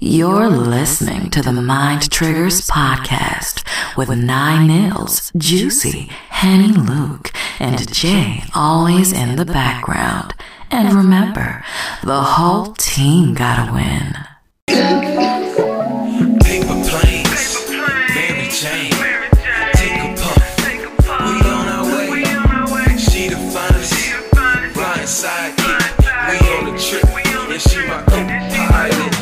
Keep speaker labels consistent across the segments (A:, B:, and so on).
A: You're listening to the Mind Triggers podcast with Nine Nils, Juicy, Henny Luke, and Jay always in the background. And remember, the whole team gotta win.
B: Paper planes, Mary Jane. Take a puff, we on our way. She the finest, flying sidekick. We on the trip, and she my co-pilot. Paper planes, Mary Jane.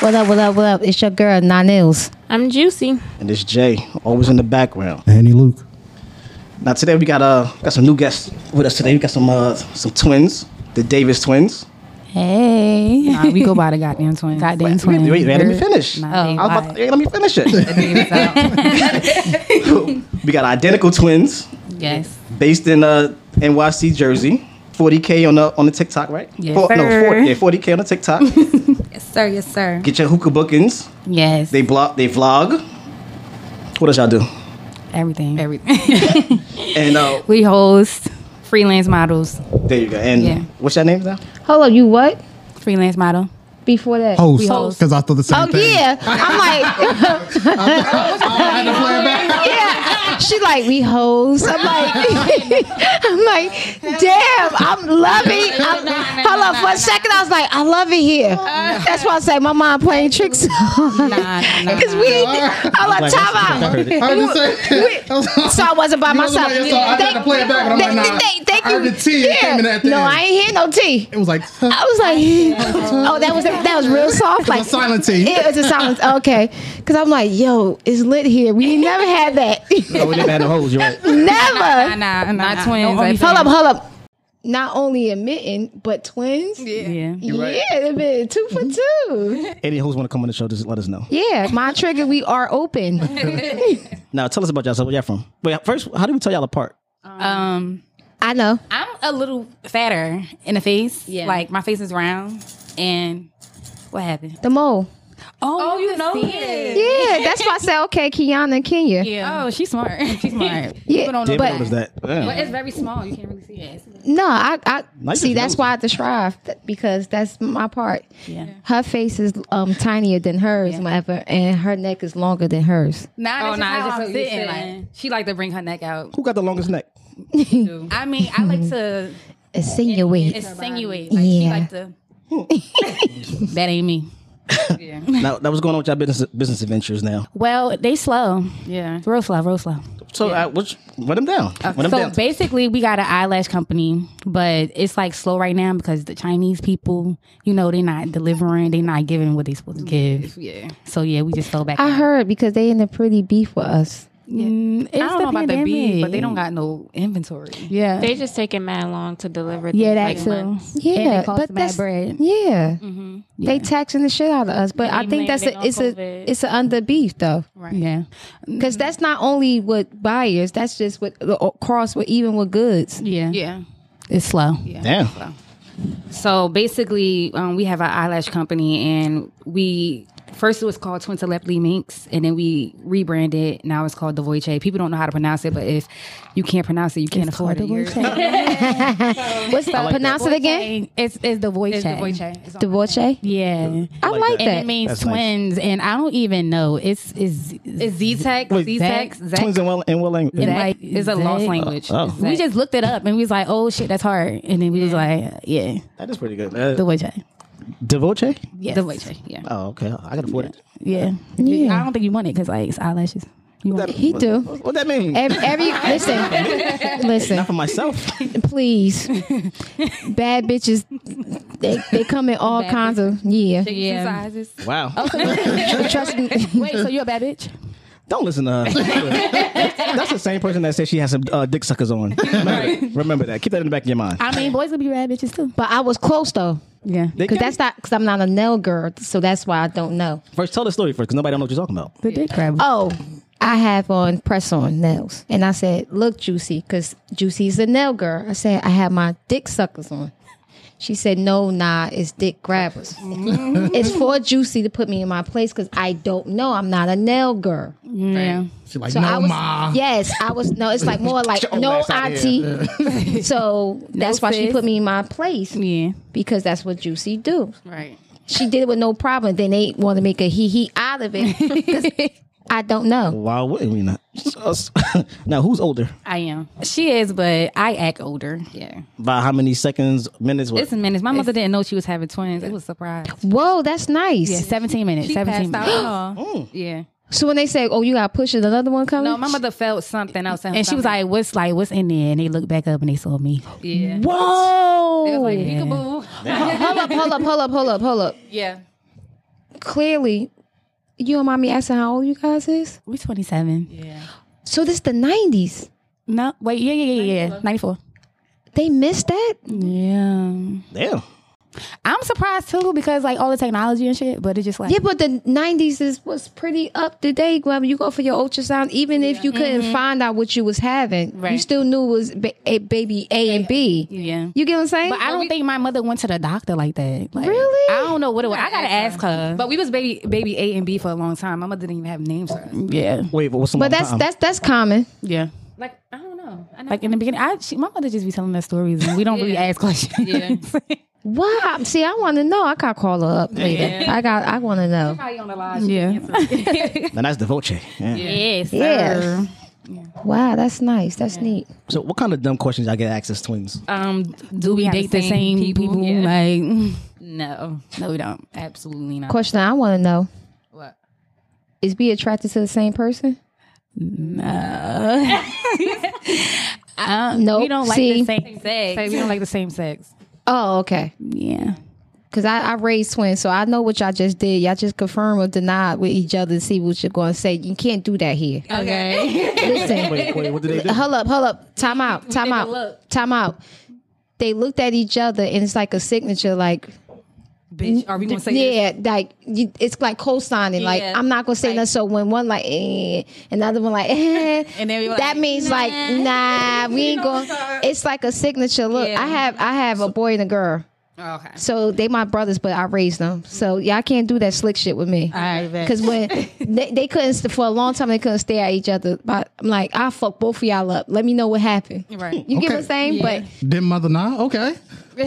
C: What up, what up, what up? It's your girl, Nine Nails.
D: I'm juicy.
E: and it's Jay, always in the background.
F: Annie Luke.
E: Now today we got uh got some new guests with us today. We got some uh some twins, the Davis twins.
C: Hey.
G: Nah, we go by the goddamn twins.
C: Goddamn
E: Wait,
C: twin.
E: wait, wait, let me finish.
G: Nah,
D: Oh,
G: they
E: I was about
G: wild.
E: to- yeah, let me finish it.
G: Babies out.
E: we got identical twins
G: yes.
E: based in uh NYC, Jersey. 40k on the on the TikTok, right?
G: Yes,
E: no,
D: sir.
E: 40, yeah, 40k on the TikTok.
D: Yes, sir. Yes, sir.
E: Get your hookah bookings.
G: Yes.
E: They blog, they vlog. What else y'all do?
G: everything. Everything.
E: And uh,
G: we host freelance models.
E: there you go. And
G: Yeah.
E: what's your name now?
C: Hold up, you what?
G: Freelance model.
C: Before that.
F: Host.
G: host.
F: Because Oh, I thought the same
C: Oh,
F: thing.
C: yeah. I'm like, yeah. She like, we hoes. I'm like, I'm like, damn, I'm loving. I'm, hold up, for a second, I was like, I love it here. That's why I say my mom playing tricks. Because
G: Nah, nah, nah.
C: we, hold up, time out.
F: I heard you say.
C: So I wasn't by
F: You wasn't
C: myself.
F: by yourself. I tried to play it back, but I'm like, nah.
C: they- thank
F: I
C: you.
F: heard the tea that came in at the
C: no,
F: end.
C: I ain't hear no tea.
F: It was like.
C: I was like, oh, that was that was real soft. Like
F: a silent tea.
C: Yeah, it's a silence. Okay, because I'm like, yo, it's lit here. We never had that.
E: No, we never had no hoes. You're right.
G: Nah,
C: never.
G: nah, nah, not twins. I
C: Hold up, hold up. Not only admitting, but twins. Yeah,
G: yeah.
C: yeah, they've been two for
F: Mm-hmm.
C: two.
E: Any hoes want to come on the show? Just let us know.
C: Yeah, my trigger. We are open.
E: Now tell us about yourself. Where y'all from? Wait, first, how do we tell y'all apart?
G: Um,
C: I know.
G: I'm a little fatter in the face. Yeah. Like my face is round. And what happened?
C: The mole.
G: Oh, you know it.
C: Yeah, that's why I said okay, Kiana and Kenya.
G: Yeah. Oh, she's smart. She's smart.
C: Yeah,
G: People don't know
E: David
C: but-
G: that.
E: noticed that. Damn.
G: But it's very small. You can't really see it.
C: No, I, I
E: Nice
C: see.
E: if
C: That's
E: knows
C: why I have to strive th- because that's my part.
G: Yeah.
C: Her face is um tinier than hers, whatever, and her neck is longer than hers.
G: Nah, oh, nah, it's just I'm sitting. Like, she like to bring her neck out.
E: Who got the longest neck?
G: I mean, I like to
C: Insinuate.
G: insinuate. Like, she
C: Yeah.
G: like to. that ain't me.
E: now that was going on with y'all business business adventures now.
G: Well, they slow. Yeah, real slow, real slow.
E: So I which run them down. Run them
G: Uh, so
E: down.
G: basically, we got an eyelash company, but it's like slow right now because the Chinese people, you know, they're not delivering, they're not giving what they're supposed to give. Yeah. So yeah, we just fell back.
C: I heard because they in a pretty beef with us.
G: Mm, it's
H: I don't know about the beef, but they
G: don't got no inventory.
C: Yeah,
H: They just taking mad long to deliver.
G: Yeah, that
H: things,
G: too.
H: like months.
C: yeah,
G: they cost
C: but
G: mad
C: that's
G: bread.
C: yeah. They taxing the shit out of us, but I
H: they
C: think
H: blame
C: that's
H: it
C: a
H: on
C: it's a
H: COVID.
C: it's a under beef though,
G: Right. Yeah.
C: because that's not only with buyers, that's just with uh, cross with even with goods.
G: Yeah. Yeah. It's slow. Yeah.
E: Damn.
G: So basically, um, we have our eyelash company, and we first it was called Twin Telepathy Minx, and then we rebranded. Now it's called Devoiche. People don't know how to pronounce it, but if you can't pronounce it, you can't afford it.
C: What's the pronounce it again?
G: It's it's Devoiche.
H: It's Devoiche. It's on-
C: Deboche.
G: Yeah.
C: I like
G: And it
C: that.
G: means
E: That's nice.
G: twins, and I don't even know. It's is
D: It's Z-Tech.
E: Wait,
D: Z-Tech.
E: Twins in well in well language.
G: Zach
D: like, it's a lost
G: Zach.
D: language.
E: Oh.
D: It's
G: we
D: Zach.
G: just looked it up and we was like, oh shit, that's hard. And then we was like, yeah,
E: That is pretty good. Uh,
G: Devoiche.
E: Devoche?
G: Yes. Devoiche. Yeah.
E: Oh, okay. I can afford it.
G: Yeah. I don't think you want it because like it's eyelashes. You want
C: He do.
E: What, what that mean?
C: Every, every listen, listen,
E: Not for myself.
C: please. Bad bitches, they, they come in all kinds of yeah.
G: Yeah.
D: sizes.
E: wow.
C: Trust me.
G: Wait, so you a bad bitch?
E: Don't listen to her. That's the same person that said she has some uh, dick suckers on. Remember, that. Remember that. Keep that in the back of your mind.
G: I mean, boys will be bad bitches too.
C: But I was close though,
G: Yeah.
E: They
C: because
E: can-
C: that's not because I'm not a nail girl, so that's why I don't know.
E: first tell the story first, because nobody don't know what you're talking about.
G: The dick grab.
C: Oh, I have on press on nails, and I said, "Look, Juicy, because Juicy's a nail girl." I said, "I have my dick suckers on." She said, "No, nah, it's dick grabbers.
G: Mm-hmm.
C: it's for Juicy to put me in my place because I don't know. I'm not a nail girl.
G: Yeah.
F: She like,
C: So I
F: no,
C: was
F: ma.
C: yes, I was no. It's like more like
F: Get your
C: no
F: ass out of
C: auntie.
F: here.
C: So that's why she
G: sis.
C: put me in my place
G: Yeah.
C: because that's what Juicy do.
G: Right.
C: She did it with no problem. Then they want to make a hee hee out of it. 'Cause I don't know.
E: Why wouldn't we not? Us. now, who's older?
G: I am. She is, but I act older. Yeah.
E: By how many seconds, minutes? What?
G: It's a minute. My mother didn't know she was having twins. It was a surprise.
C: Whoa, that's nice.
G: Yeah, 17 minutes. 17
D: passed
G: minutes.
D: out and all.
G: Yeah.
C: So when they say, "Oh, you got push it," another one coming.
G: No, my mother felt something outside.
D: And she was
G: like, "What's like? What's in there?" And they looked back up and they saw me. Yeah.
C: Whoa!
G: Like, peekaboo.
C: Hold up! Hold up! Hold up! Hold up! Hold up!
G: Yeah.
C: Clearly, you don't mind me asking how old you guys is.
G: We 27.
C: So this the nineties.
G: No, wait. Yeah, yeah, yeah, yeah. 94.
C: They missed that.
G: Yeah.
E: Damn.
G: I'm surprised too because like all the technology and shit, but it's just like
C: Yeah, but the nineties is was pretty up to date. When you go for your ultrasound, even if you couldn't find out what you was having, you
G: Right.
C: still knew it was ba- a baby A and B.
G: Yeah.
C: You get what I'm saying?
G: But I don't think my mother went to the doctor like that. Like,
C: Really?
G: I don't know what it was. I gotta ask her. But we was baby baby A and B for a long time. My mother didn't even have names for us. Yeah,
E: Wait, but what's the
C: But that's that's that's common.
G: yeah. Like I don't know. like in the beginning, I she, my mother just be telling us stories, and we don't really ask questions. Yeah,
C: Wow. See, I want to know. I gotta call her up later. I got. I want to know.
G: yeah.
E: Now, that's the voce. Yeah.
G: Yes,
C: Yeah. Wow, that's nice. That's neat.
E: So, what kind of dumb questions I get asked as twins?
G: Um, do we,
D: have
G: date the same people? Like, mm, no, no, we don't. Absolutely not.
C: Question I want to know.
G: What?
C: Is be attracted to the same person? No.
G: We don't like
C: See?
G: the same sex. We don't like the same sex.
C: Oh, okay.
G: Yeah.
C: Cause I, I raised twins, so I know what y'all just did. Y'all just confirmed or denied with each other and see what you're going to say. You can't do that here.
G: Okay.
C: Listen,
E: Wait, wait, what did they do?
C: hold up, hold up. Time out, time out, time out. They looked at each other and it's like a signature, like
G: Bitch, are we gonna say this?
C: yeah, like you, it's like co-signing. Like
G: Yeah.
C: I'm not gonna say nothing. So when one like eh, another one like eh,
G: And then we were
C: that
G: like,
C: means like nah, we ain't going. to It's like a signature look. I have I have a boy and a girl.
G: Oh, Okay.
C: So they my brothers, but I raised them. So y'all can't do that slick shit with me.
G: I bet.
C: Cause when they, they couldn't st- for a long time, they couldn't stare at each other. But I'm like, I fuck both of y'all up. Let me know what happened.
G: Right.
C: You get
F: Okay.
C: what I'm saying? But
F: Did mother not? Okay.
C: no,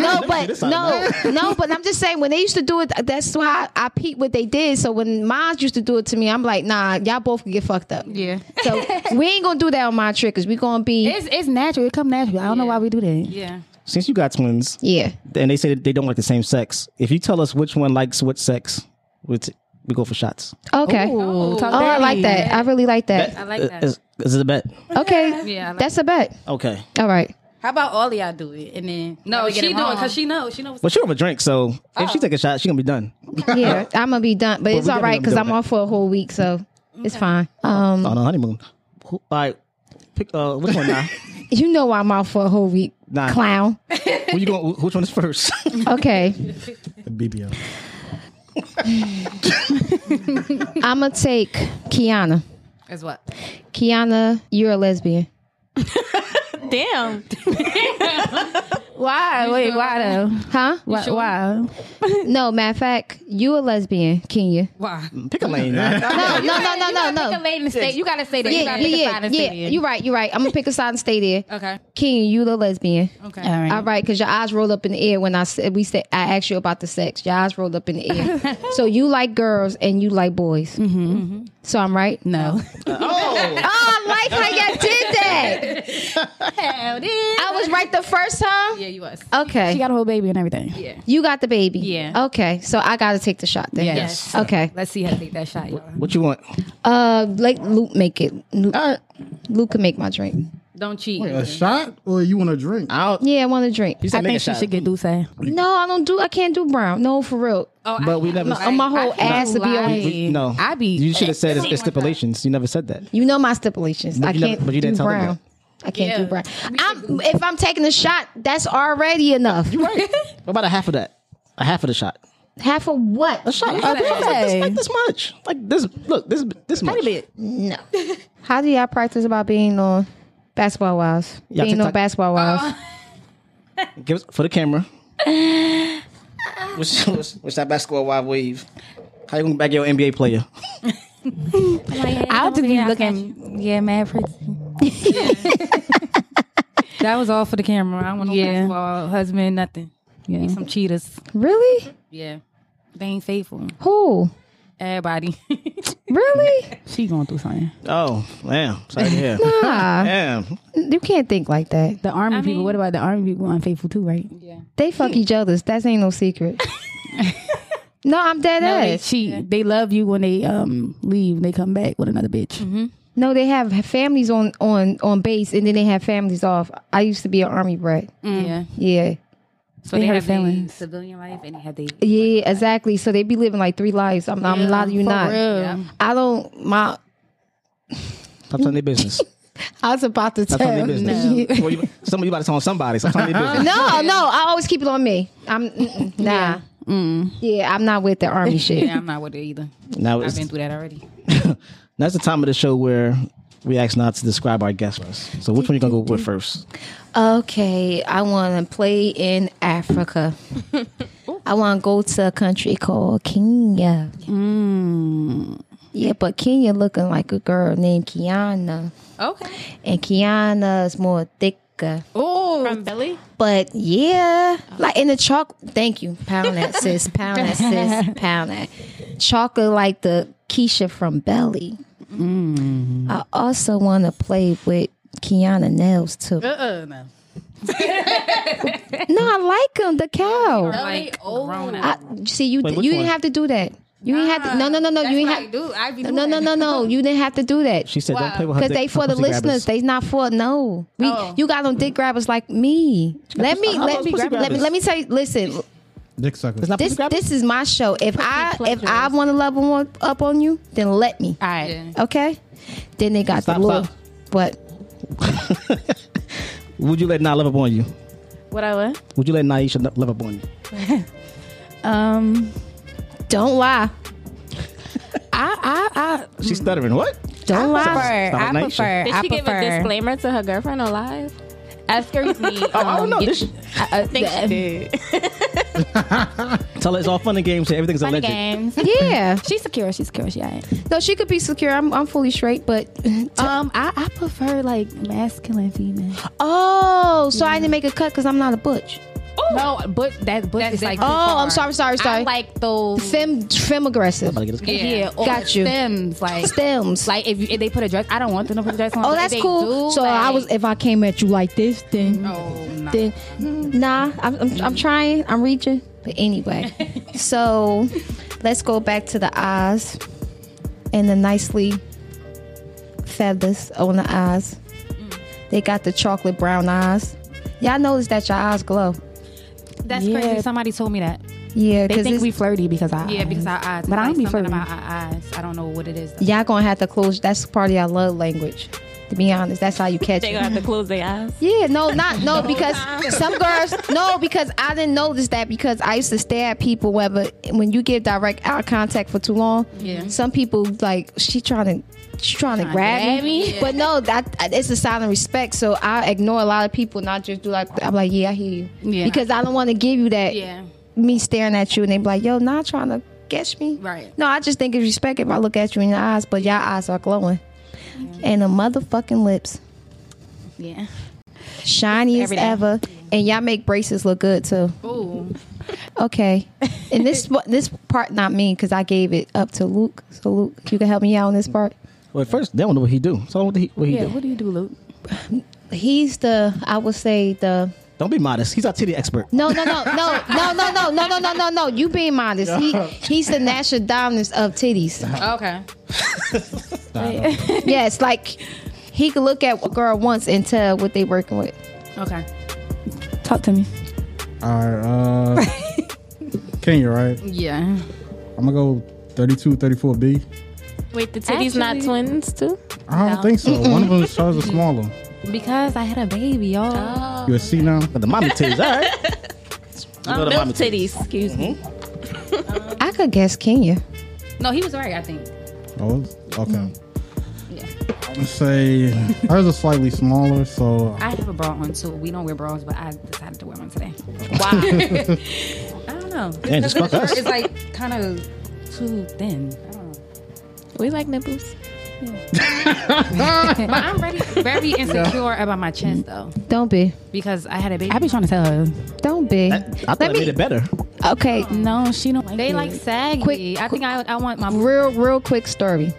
C: no, but no, no, but I'm just saying when they used to do it, that's why I, peep what they did. So when moms used to do it to me, I'm like, nah, y'all both can get fucked up.
G: Yeah.
C: So we ain't gonna do that on my trickers. We gonna be
G: It's it's natural. It come natural. I don't know why we do that. Yeah.
E: Since you got twins,
C: yeah.
E: and they say that they don't like the same sex, if you tell us which one likes what sex, we, t- we go for shots.
C: Okay.
G: Oh,
C: Oh, I like that. I really like that.
G: I like that.
E: Uh, Is, is it a bet?
C: Okay.
G: Yeah, I like
C: That's a bet.
E: Okay.
C: All right.
G: How about all of y'all do it and then no, she do it because she knows she knows.
E: Well, she don't have a drink, so if she
G: Oh.
E: take a shot, she gonna be done.
C: Yeah, I'm gonna be done, but it's
E: we
C: all right
E: definitely
C: because
E: gonna
C: I'm
E: do
C: off for a whole week, so it's fine.
G: Mm-hmm.
C: Um,
E: On a honeymoon. Who- All right. Pick, uh, which one now?
C: you know why I'm off for a whole week,
E: Nah.
C: clown.
E: Who you going, which one is first?
C: Okay,
F: BBL.
C: I'm gonna take Kiana.
G: Is what?
C: Kiana, you're a lesbian.
D: Damn.
G: Why? Wait, why though?
C: Huh?
G: Why? Why?
C: No, matter of fact, you a lesbian, Kenya.
G: why?
E: Pick a lane now.
C: No, no, no, no, no, no.
G: lady and stay. You gotta say that.
C: Yeah, yeah, yeah, yeah. You're right, you're right. I'm gonna pick a side and stay there.
G: Okay.
C: Kenya, you the lesbian.
G: Okay. All right.
C: All right, because your eyes rolled up in the air when I said we said I asked you about the sex. Your eyes rolled up in the air. so you like girls and you like boys. Mm-hmm. So I'm right.
G: No.
C: Oh, I like how you did that.
G: Hell
C: I was right the first time.
G: Yeah, you was.
C: Okay,
G: She got a whole baby and everything. Yeah.
C: you got the baby.
G: Yeah.
C: Okay, so I got to take the shot then.
G: Yes.
C: Okay.
G: Let's see her take that shot, y'all.
E: What you want?
C: Uh, like Luke make it. Luke,
F: All right.
C: Luke can make my drink.
G: Don't cheat.
F: A shot or you want a drink?
E: I'll,
C: Yeah, I want a drink.
E: you said
G: I
E: make a
G: think she
E: shot.
G: should get Dulce. Oh,
C: No, I don't do. I can't do brown. No, for real.
E: but we never.
C: my whole ass would be on-
E: no.
G: I be.
E: You should have said it's, it's stipulations. You never said that.
C: You know my stipulations. I
E: you never-
C: can't
E: but you didn't
C: do
E: tell them
C: brown. I can't do brown. I'm, if I'm taking a shot, that's already enough.
E: What about a half of that? A half of the shot.
C: Half of what?
E: A shot. Like, this, like this much. Like this. Look, this this much.
C: No. How do y'all practice about being on basketball wives?
E: Y'all
C: being on
E: TikTok?
G: Uh.
C: basketball wives.
E: Give us for the camera. What's, what's, what's that basketball wide wave? How you gonna back your NBA player?
H: I'll just be looking, yeah, mad pretty.
G: That was all for the camera. I don't want no
H: Yeah.
G: basketball husband, nothing.
H: Yeah.
G: Some cheaters.
C: Really?
G: Yeah. They ain't faithful.
C: Who?
G: Everybody.
C: Really?
G: she going through something.
E: Oh, damn. Sorry to hear.
C: Nah,
E: Damn.
C: you can't think like that.
I: The army
G: I
I: people.
G: mean-
I: What about the army people? Unfaithful too, right?
C: They fuck each other's. That ain't no secret. no, I'm dead
I: No, they
C: ass.
I: cheat. They love you when they um leave. and They come back with another bitch.
G: Mm-hmm.
C: No, they have families on on on base, and then they have families off. I used to be an army brat.
G: Yeah.
C: Yeah,
G: So
I: Mm. They
G: they,
I: hurt
G: have their
I: feelings.
G: civilian life and they have their
C: yeah, exactly. So they be living like three lives. I'm, I'm lying to you not. I don't. My
E: Stop telling their business.
C: I was about to
E: Stop telling
C: tell.
E: their business.
C: No.
E: Well, you, somebody you about to tell somebody. Stop telling their business.
C: no, no, I always keep it on me. I'm mm-mm, nah. Yeah. I'm not with the army shit.
G: Yeah, I'm not with it either.
E: Now
G: I've
E: it's,
G: been through that already.
E: that's the time of the show where we ask not to describe our guest list. So which one you gonna go with first?
C: Okay, I want to play in Africa. I want to go to a country called Kenya. Yeah, but Kenya looking like a girl named Kiana,
D: Okay.
C: and Kiana is more thicker.
I: Oh.
D: From Billy.
C: But yeah, like in the chalk. Thank you, pound that sis, pound that sis, pound that chocolate like the Keisha from Belly. I also want to play with Kiana Nails too.
I: Uh-uh,
G: Uh no.
C: No, I like him. The
D: Oh,
C: cow.
G: Like grown
C: I, see, you
E: Wait, which
C: you didn't
E: one?
C: have to do that. You didn't have to. No, no, no, no. You didn't have.
G: dude, I be
C: No, no, no, no. You didn't have to do that.
E: She said don't play with her.
C: Cause
E: dick-
C: they for the
E: pussy grabbers.
C: listeners, they not for no. We,
I: Oh.
C: You got on dick grabbers like me. Let me
E: how
C: let
E: those
C: me
E: pussy
C: let me
E: grabbers?
C: let me tell you. Listen,
F: Dick suckers.
E: It's not
C: this
E: pussy grabbers?
C: this is my show. If I if I want to level one up on you, then let me.
I: All right.
C: Okay. Then they got
E: Stop,
C: the little.
E: stop.
C: What?
E: Would you let Nah love up on you?
D: What I was?
E: Would you let Naisha n- love up on you?
I: Um,
C: Don't lie.
I: I, I,
E: She's stuttering. What?
C: Don't
I: I
C: lie.
I: prefer.
E: Stop it,
I: I
E: Naisha.
I: prefer.
D: Did
I: I
D: she give a
I: prefer.
D: disclaimer to her girlfriend on live? That scares me.
E: Oh, I don't
I: um,
E: know.
I: uh,
E: This,
D: I think she did.
E: tell her it's all fun and games. Everything's
I: Funny
E: alleged.
I: games.
C: Yeah.
I: She's secure. She's secure. She alright.
C: No, she could be secure. I'm I'm fully straight, but uh,
I: Um, I, I prefer like masculine female.
C: Oh, so I didn't make a cut because I'm not a butch.
D: Oh!
I: No, but that but is like
C: Oh, I'm sorry, sorry, sorry.
I: I like those.
C: fem, fem aggressive.
E: About to get us-
I: Yeah, or
C: Got you.
I: Stems like
C: Stems.
I: like if, you, if they put a dress, I don't want them to put a dress on.
C: oh,
I: but if
C: that's
I: they
C: cool.
I: do,
C: so
I: like-
C: I was, if I came at you like this, then,
G: Oh, no.
C: then, nah, I'm, I'm, I'm trying, I'm reaching. But anyway, so let's go back to the eyes and the nicely feathers on the eyes.
I: Mm.
C: They got the chocolate brown eyes. Y'all notice that your eyes glow.
G: That's
I: Yeah.
G: crazy. Somebody told me that.
C: Yeah,
I: They
C: because
I: think we flirty because I
G: Yeah, because our eyes.
I: But I
G: like
I: don't be
G: something
I: flirting.
G: about our eyes. I don't know what it is. though.
C: y'all gonna have to close. That's part of y'all love language. To be honest, that's how you catch
D: They
C: it.
D: gonna have to close their eyes.
C: Yeah, no, not no because some girls no because I didn't notice that because I used to stare at people whether when you give direct eye contact for too long.
G: Yeah.
C: Some people like she trying to she trying to grab
I: grab
C: me, but no, that it's a sign of respect. So I ignore a lot of people and I just do like I'm like yeah I hear you
G: Yeah.
C: because I don't want to give you that
G: Yeah.
C: me staring at you and they be like yo not trying to catch me
G: Right.
C: no, I just think it's respect if I look at you in your eyes, but your eyes are glowing.
G: Mm-hmm.
C: And the motherfucking lips,
G: Yeah.
C: shiny as ever. And y'all make braces look good too.
G: Ooh.
C: Okay. And this this part not me because I gave it up to Luke. So Luke, you can help me out on this part.
E: Well, first, they don't know what he do. So what he, what he
I: Yeah,
E: do?
I: what do you do, Luke?
C: He's the I would say the
E: Don't be modest. He's our titty expert.
C: no no no no no no no no no no no no you being modest. He he's the national dominance of titties.
G: Okay.
C: Yes, like he could look at a girl once and tell what they working with.
G: Okay.
I: Talk to me.
F: All right. Uh, Kenya, right?
G: Yeah.
F: I'm gonna go 32, 34 B.
D: Wait, the titties not twins too?
F: I don't think so. One of them is size is smaller.
G: Because I had a baby, y'all.
F: You a C now?
E: But the mommy titties, all right. You know the
D: Milk
E: mommy
D: titties. Excuse me.
C: I could guess Kenya.
G: No, he was right. I think.
F: Oh, okay. I'm gonna say hers are slightly smaller, so
G: I have a bra on too. We don't wear bras, but I decided to wear one today. I don't know.
E: Damn, just fuck us.
G: It's like kind of too thin. I don't know.
D: We like nipples.
G: But I'm very, very insecure about my chest though,
C: Don't be.
G: because I had a baby.
I: I be trying to tell her.
C: Don't be.
E: I thought
C: Let
E: it
C: me-
E: made it better.
C: Okay.
I: No, she don't like
G: They
I: it.
G: like saggy.
C: Quick-
G: I think I, I want my.
C: Real, real quick story.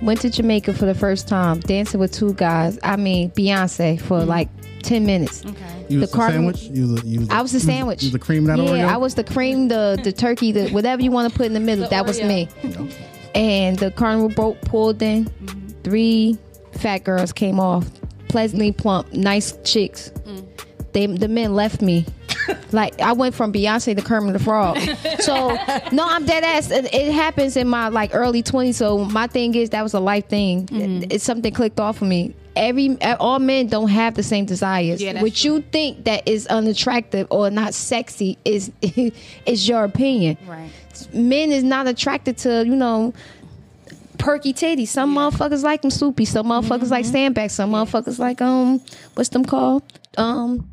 C: Went to Jamaica for the first time, dancing with two guys. I mean, Beyonce for like 10 minutes.
G: Okay.
F: you was the,
C: carton-
F: sandwich. You was the, you was the,
C: I was the
F: you the-
C: sandwich.
F: You was the cream that
C: yeah,
F: Oreo.
C: I was the cream, the the turkey, the whatever you want to put in the middle. that was
G: Oreo.
C: me. And the carnival boat pulled in.
G: Mm-hmm.
C: Three fat girls came off, pleasantly plump, nice chicks.
G: Mm.
C: They the men left me. Like I went from Beyonce to Kermit the Frog, so no, I'm dead ass. It, it happens in my like early 20s. So my thing is that was a life thing.
G: Mm-hmm.
C: It's something clicked off of me. Every all men don't have the same desires.
G: Yeah, that's
C: What you think that is unattractive or not sexy is is your opinion.
G: Right.
C: Men is not attracted to you know perky titties. Some motherfuckers like them soupy. Some motherfuckers like
G: Mm-hmm.
C: sandbags. Some motherfuckers like um what's them called um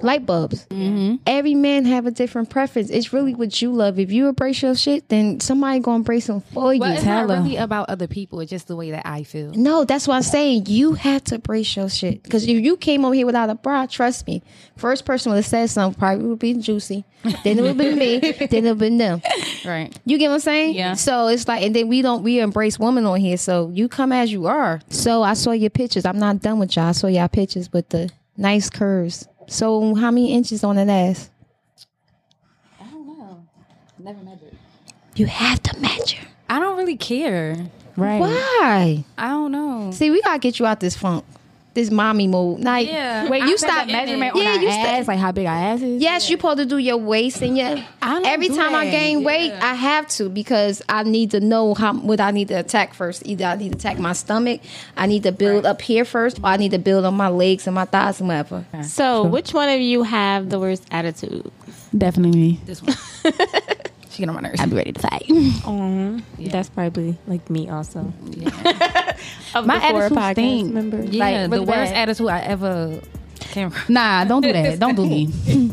C: light bulbs.
G: Mm-hmm.
C: Every man have a different preference. It's really what you love. If you embrace your shit, then somebody gonna embrace them for you.
G: Well, it's not
I: tell her.
G: really about other people. It's just the way that I feel.
C: No, that's why I'm saying you had to brace your shit. Because if you came over here without a bra, trust me, first person would have said something probably would be Juicy. Then it would be me. then it would be them.
G: Right.
C: You get what I'm saying?
G: Yeah.
C: So it's like, and then we don't, we embrace women on here. So you come as you are. So I saw your pictures. I'm not done with y'all. I saw y'all pictures with the nice curves. So how many inches on that ass?
G: Never measured.
C: You have to measure.
G: I don't really care.
I: right.
C: Why?
G: I don't know.
C: See, we gotta get you out this funk, this mommy mode. Like,
G: Yeah.
C: when
G: I
C: you
G: think
C: stop
G: I'm in it.
C: measurement,
I: On
C: yeah,
I: our
C: you stop.
I: ass, like how big our ass is.
C: Yes, you're supposed to do your waist and your.
I: don't
C: Every
I: do
C: time I
I: that.
C: gain weight, I have to because I need to know how what I need to attack first. Either I need to attack my stomach, I need to build up here first, or I need to build on my legs and my thighs and whatever.
D: So, which one of you have the worst attitude?
I: Definitely me.
G: This one. she gonna run her.
I: I'd be ready to fight. Mm-hmm.
D: Um, That's probably like me also. of
I: My
D: the four
I: attitude
D: podcast
I: stink.
D: members.
G: Yeah,
I: Like,
G: the
I: really
G: worst
I: bad.
G: attitude I ever came from.
I: Nah, don't do that. Don't do me.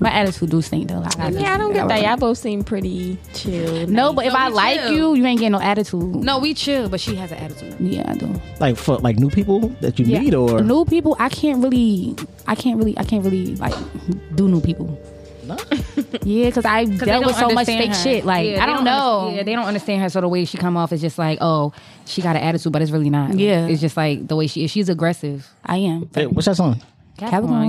I: My attitude do stink though. I
D: Yeah, I don't get that. Y'all both seem pretty chill.
I: No, but if
G: No,
I: I
G: me
I: like
G: too.
I: you, you ain't getting no attitude.
G: No, we chill, but she has an attitude.
I: Yeah, I do.
E: Like for like new people that you meet or
I: new people, I can't really, I can't really, I can't really like do new people. Yeah, because I dealt with so much fake shit. Like I don't, know.
G: Yeah, they don't understand her. So the way she come off is just like, oh, she got an attitude, but it's really not.
I: Yeah.
G: it's just like the way she is. She's aggressive.
I: I am
E: Hey, what's that song?
G: Capricorn,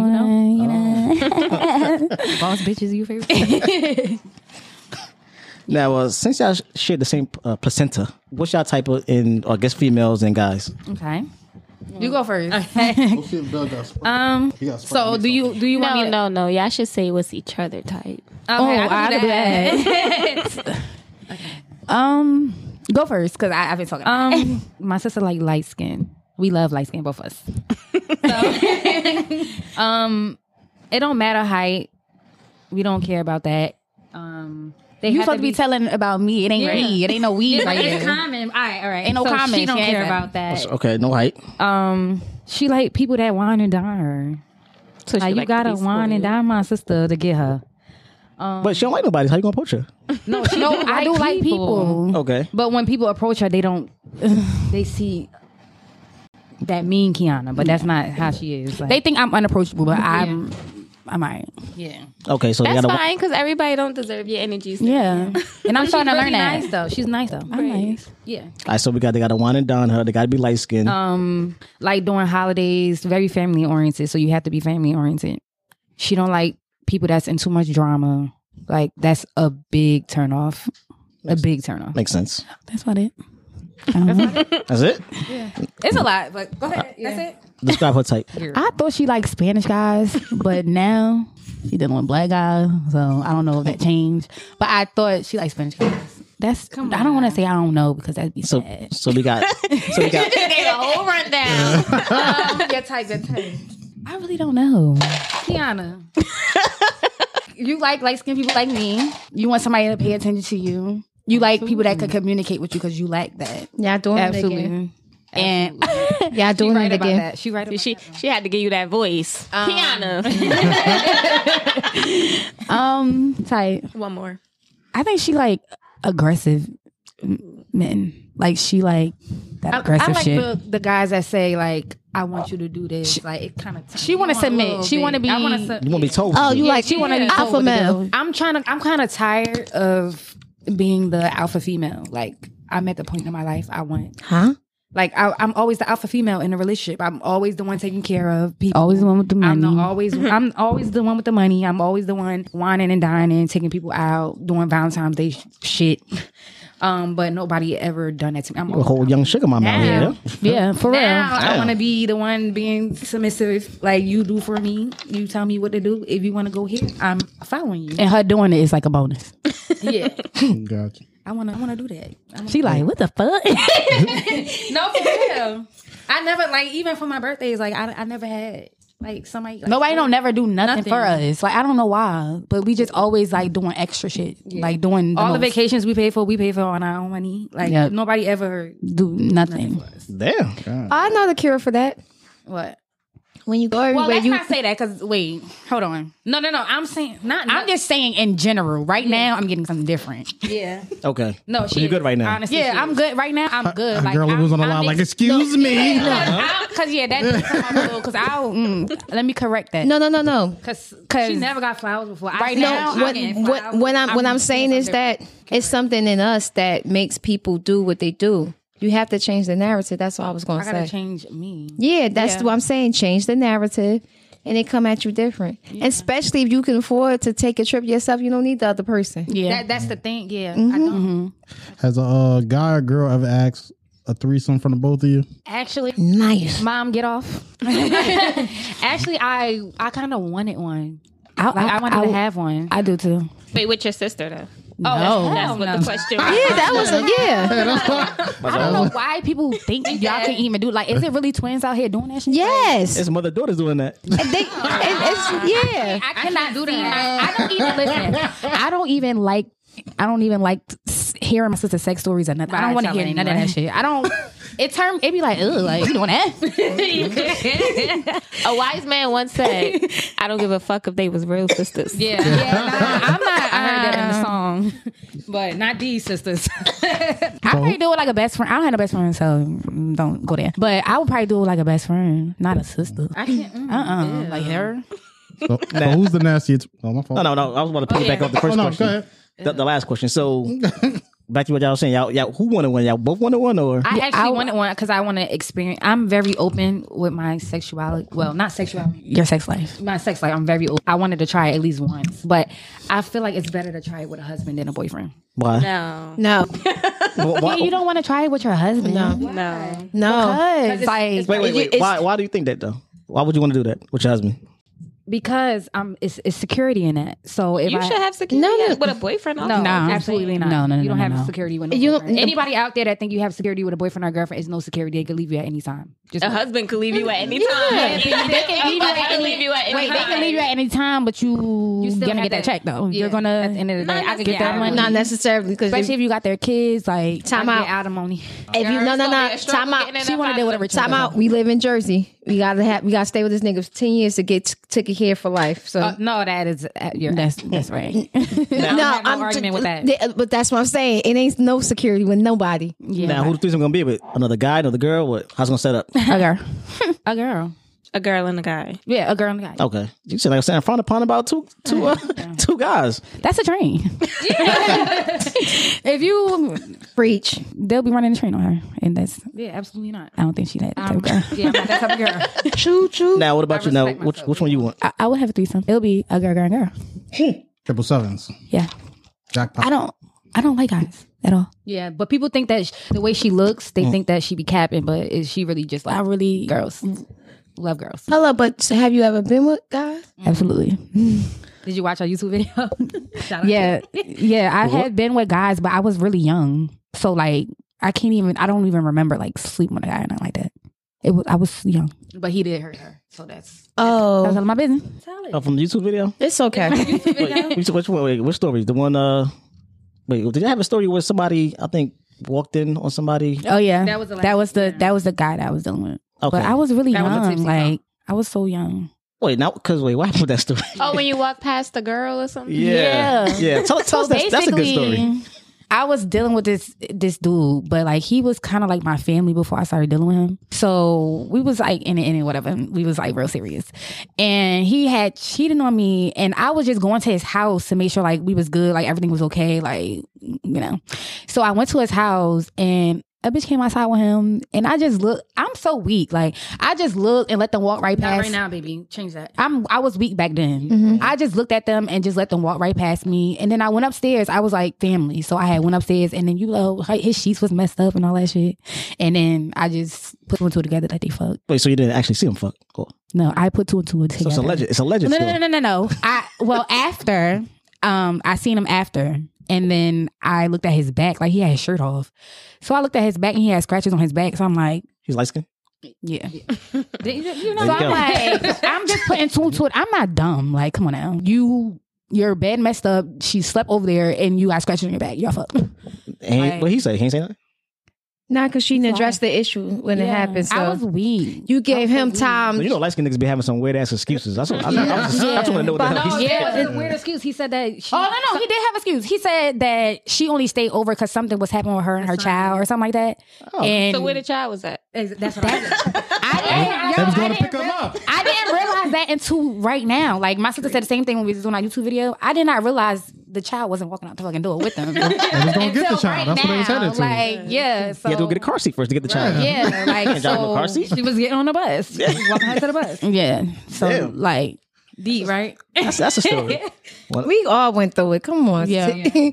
G: you know,
I: you know.
G: boss bitches. You favorite?
E: Now, uh, since y'all sh- share the same uh, placenta, what's y'all type of in, I guess, females and guys?
G: okay, you go first.
F: um.
G: So do you do you want me
D: No, no,
G: to?
D: no. Y'all should say what's each other type.
G: Oh,
I: I'd be Um, go
G: Oh.
I: first because I've been talking.
G: Um, my sister like light skin. We love light skin, both of us. So, um, it don't matter height. We don't care about that. Um, they
I: you
G: have
I: supposed to be, telling about me. It ain't
G: Yeah.
I: me. It ain't no we right
G: it's
I: here.
G: common. All right, all right.
I: Ain't no
G: so
I: common.
G: She don't
I: She ain't
G: care
I: having-
G: about that.
E: Okay, no height.
G: Um, she like people that wine and dine her.
D: So she
G: Like, you
D: to
G: gotta
D: be
G: wine and
D: spoiled.
G: dine my sister to get her.
E: but she don't like nobody. so How you gonna approach her?
G: No, she no,
I: I do like people.
E: Okay.
G: But when people approach her, they don't. They see that mean Kiana, but that's not how she is. Like,
I: They think I'm unapproachable, but I'm, I'm alright.
G: yeah,
E: Okay, so you
D: That's
E: gotta.
D: fine because everybody don't deserve your energy. so-
I: Yeah, and I'm starting to learn that.
G: nice though. She's nice though.
I: I'm nice.
G: Yeah.
E: All right, so we got they gotta wine and dine her. They gotta be light skinned.
G: Um, like during holidays, very family oriented. So you have to be family oriented. She don't like people that's in too much drama. Like that's a big turnoff. A big turnoff.
E: Makes sense.
I: That's about it.
E: That's it.
G: It's a lot, but go ahead. That's it.
E: Describe her type.
I: I thought she liked Spanish guys, but now she dealing with black guys, Uh, so I don't know if that changed. But I thought she liked Spanish guys. That's I don't want to say I don't know because that'd be
E: So
I: sad.
E: so we got so we got
G: Your type, your type.
I: Um, I really don't know.
G: Kiana.
I: You like light skinned people like me. You want somebody to pay attention to you. You like people that could communicate with you because you lack that.
C: Yeah, doing
I: Absolutely. And
C: Y'all doing
G: right
C: it
G: about
C: again.
G: that. She right about
D: She she had to give you that voice, Kiana.
I: um, type.
J: One more.
I: I think she like aggressive m- men. Like she like that
G: I,
I: aggressive
G: I like
I: shit.
G: the, the guys that say like, "I want you to do this." like it kind of.
I: She wanna submit. She wanna be-
G: I want
E: You want to be told?
C: Oh, you
G: Yeah,
C: like
G: she wanna be told
C: alpha
G: what to
C: male?
G: I'm trying to. I'm kind of tired of being the alpha female. Like I'm at the point in my life I want.
C: Huh?
G: Like I, I'm always the alpha female in a relationship. I'm always the one taking care of people.
I: Always the one with the money. Mm-hmm.
G: I'm the always I'm always the one with the money. I'm always the one whining and dining, taking people out, doing Valentine's Day sh- shit. Um, but nobody ever done that to me. I'm
E: A whole young sugar mama out here.
G: now,
E: yeah?
I: yeah, for
G: now
I: real.
G: I want to be the one being submissive, like you do for me. You tell me what to do. If you want to go here, I'm following you.
I: And her doing it is like a bonus.
G: yeah,
F: Gotcha.
G: I want to. I want to do that. I wanna-
I: She like, what the fuck?
G: no, for real. I never like even for my birthdays. Like I, I never had like somebody. Like,
I: Nobody don't never do nothing,
G: Nothing.
I: for us. Like I don't know why, but we just always like doing extra shit, like doing the
G: All the
I: most.
G: vacations we paid for, we paid for on our own money. Like
I: Yeah.
G: nobody ever
I: do nothing.
E: Damn.
C: I know the cure for that.
G: what.
C: When you go everywhere,
G: Well, let's
C: you
G: not say that because wait, hold on. No, no, no. I'm saying not.
I: I'm just saying in general. Right now, I'm getting something different.
G: yeah.
E: Okay.
G: No, she
E: you good right now?
G: Honestly,
I: Yeah,
G: she
I: I'm
G: is.
I: good right now. I'm good.
F: Her girl was on the line like, excuse me.
I: Because yeah, that did come off because I'll mm, let me correct that.
C: no, no, no, no.
G: Cause,
I: 'Cause-
G: she never got flowers before. I
I: Right
G: said
I: now,
C: No,
G: I'm
C: what,
G: getting
C: what,
G: flowers.
C: what I'm what I'm saying is
G: different.
C: that it's something in us that makes people do what they do. You have to change the narrative. That's what I was going
G: I
C: to
G: gotta
C: say.
G: change me.
C: Yeah, that's what I'm saying. Change the narrative, and they come at you different. And especially if you can afford to take a trip yourself, you don't need the other person.
I: Yeah.
G: That, that's the thing. Yeah,
I: Mm.
G: I don't
F: Has a uh, guy or girl ever asked a threesome from the both of you?
G: actually.
C: Nice.
G: Mom, get off. actually, I I kind of wanted one.
I: I,
G: Like I, wanted to have one.
I: I do too.
J: Wait, with your sister though.
G: oh,
J: That's
G: hell
J: what
G: no.
J: the question
C: Yeah,
J: was.
C: that was a yeah.
I: I don't know why people think y'all can even do. Like, is it really twins out here doing that shit?
C: Yes,
E: It's mother daughters doing that.
C: And they, and it's yeah.
I: I cannot do that. I don't even listen. I don't even like. I don't even like s- hearing my sister's sex stories or nothing. I don't
G: Right,
I: want to
G: tell
I: hear
G: me
I: none of that shit. I don't. It term. It be like, ugh, like you doing that?
J: yeah.
H: A wise man once said, I don't give a fuck if they was real sisters. Um,
G: Yeah, nah, I'm not. I heard that in the song, but not these sisters.
I: I probably do it like a best friend. I don't have no best friend, so mm, don't go there. But I would probably do it like a best friend, not a sister.
G: I can't. mm,
I: Uh uh
G: ew.
I: Like her.
F: So, so who's the nastiest? Oh, my fault.
E: No, no, no. I was about to piggyback
G: yeah.
E: off the first
F: Oh, no,
E: question.
F: go ahead.
E: The, the last question. So back to what y'all was saying. Y'all, y'all, who wanted one? Y'all both wanted one, or
G: I actually
I: I-
G: wanted one because I want to experience. I'm very open with my sexuality. Well, not sexuality.
I: Your sex life.
G: My sex life. I'm very. Open. I wanted to try it at least once, but I feel like it's better to try it with a husband than a boyfriend.
E: why?
J: No.
C: No,
E: Why- why-
I: You don't want to try it with your husband.
C: no,
J: No.
C: no.
I: Because like
E: Wait, wait, wait.
C: It's-
E: Why, why do you think that though? Why would you want to do that with your husband?
G: Because um, it's, it's security in it. So if
J: You
G: I,
J: should have security
C: No, no.
J: with a boyfriend. also.
G: No,
I: No.
G: absolutely not.
I: No, no, no,
G: You don't
I: no,
G: have
I: no.
G: security with no
C: You don't-
G: boyfriend. Anybody out there that think you have security with a boyfriend or girlfriend is no security. They could leave you at any time. Just
J: A husband could leave you at any time.
I: they can leave you
J: A
I: at
J: husband
I: any-
J: leave you at any
I: wait, they
J: time.
I: can leave you at any time, but you
G: You
I: you
G: still
I: gonna
G: have
I: get that
G: to-
I: check though.
G: Yeah.
I: You're gonna
G: At the end of the day, I could get that one.
C: Not necessarily because
I: especially if you got their kids. Like
C: time
G: I'm out.
C: out.
G: alimony.
C: If you no
J: It's gonna
C: no no
J: be a struggle
C: time out.
J: getting in
I: she
J: that
I: want to deal with a rich
C: Time out. We live in Jersey. We gotta have. We gotta stay with this nigga for ten years to get t- ticket here for life. So
G: Uh, no, that is uh, your.
I: That's that's right.
G: I don't have no
C: I'm-
G: argument with that.
C: th- but that's what I'm saying. It ain't no security with nobody.
E: now, who the threesome gonna be with? Another guy, another girl? What? How's it gonna set up?
I: a girl.
G: a girl.
J: A girl and a guy.
I: Yeah, a girl and a guy.
E: Okay, you said like I said in front upon about two, two, uh, two guys.
I: That's a train. if you,
C: Preach.
I: they'll be running a train on her, and that's.
G: Yeah, absolutely not.
I: I don't think she that type
G: Um,
I: of girl.
G: yeah, I'm not that type of girl.
C: Choo choo.
E: Now, what about you? Now,
G: respect
E: which
G: myself.
E: which one you want?
I: I, I would have a threesome. It'll be a girl, girl, and girl.
F: Triple sevens.
I: Yeah,
F: Jackpot.
I: I don't. I don't like guys at all.
G: Yeah, but people think that sh- the way she looks, they think that she be capping, but is she really just like
I: I really
G: girls? Love girls.
C: Hello, but have you ever been with guys?
I: absolutely.
G: Did you watch our YouTube video? Shout out.
I: Yeah, yeah. I had been with guys, but I was really young, so like I can't even. I don't even remember like sleeping with a guy or nothing like that. It was I was young.
G: but he did hurt her, so that's
I: I
C: Oh,
I: was all my business.
E: Oh, from the YouTube video.
C: it's okay.
E: Wait, which, which one? Wait, which story? The one? Uh, wait, did I have a story where somebody? I think walked in on somebody?
I: Oh yeah,
G: That was the
I: that was the that was the guy that I was dealing with.
E: Okay.
I: But I was really
E: That was a
I: young,
E: tipsy
I: like I was so young.
E: Wait, now because wait, what happened with that story?
H: Oh, when you walk past the girl or something?
E: Yeah. Yeah. Tell- tell us that's- that's a good story.
I: basically, I was dealing with this this dude, but like he was kind of like my family before I started dealing with him. So we was like in it, in it, whatever. and We was like real serious, and he had cheated on me, and I was just going to his house to make sure like we was good, like everything was okay, like you know. So I went to his house and. A bitch came outside with him, and I just look. I'm so weak. Like I just look and let them walk right
G: Not
I: past.
G: right now, baby. Change that.
I: I'm I was weak back then. I just looked at them and just let them walk right past me. And then I went upstairs. I was like family, so I had went upstairs, and then you know hi- his sheets was messed up and all that shit. And then I just put two and two together that they fucked.
E: Wait, so you didn't actually see him fuck? Cool.
I: No, I put two and two together.
E: So it's a legend. It's a legend.
I: No, no,
E: story.
I: no, no, no, no. I well after um I seen him after, and then I looked at his back like he had his shirt off. So I looked at his back and he had scratches on his back. So I'm like,
E: He's light skinned?
I: yeah.
G: You
I: So I'm like, I'm just putting two to it. I'm not dumb. Like, come on now. You your bed messed up. She slept over there, and you got scratches on your back. Y'all fucked.
E: And what he say? He ain't say nothing?
C: Not because she didn't address the issue when it
I: Yeah.
C: happened. So
I: I was weak.
C: You gave him time.
E: So you know, light skinned niggas be having some weird ass excuses. That's what I, I, I, was just, I just want to know what the hell
G: No,
E: he
G: yeah.
E: said.
G: It was a weird excuse. He said that. She,
I: Oh no, no, he did have excuse. He said that she only stayed over because something was happening with her and her child or something like that.
G: Oh.
I: And
H: So where the child was at?
G: That's what I said.
I: I,
F: They was going
I: didn't, yo, I,
F: to
I: didn't,
F: pick him up.
I: I didn't realize that until right now. Like my sister said the same thing when we was doing our YouTube video. I did not realize the child wasn't walking out the fucking door with them.
F: They was going to get the
I: Until
F: child. That's what they was headed to.
I: Like yeah, so
E: You had to go get a car seat first to get the child.
I: Yeah,
E: You
I: like
E: can't drive no
I: so.
E: car seat.
G: She was getting on the bus. She was walking her to the bus.
I: Yeah, so
E: Damn.
I: like
G: D, right?
E: That's, that's a story.
C: we all went through it. Come on.
I: Yeah.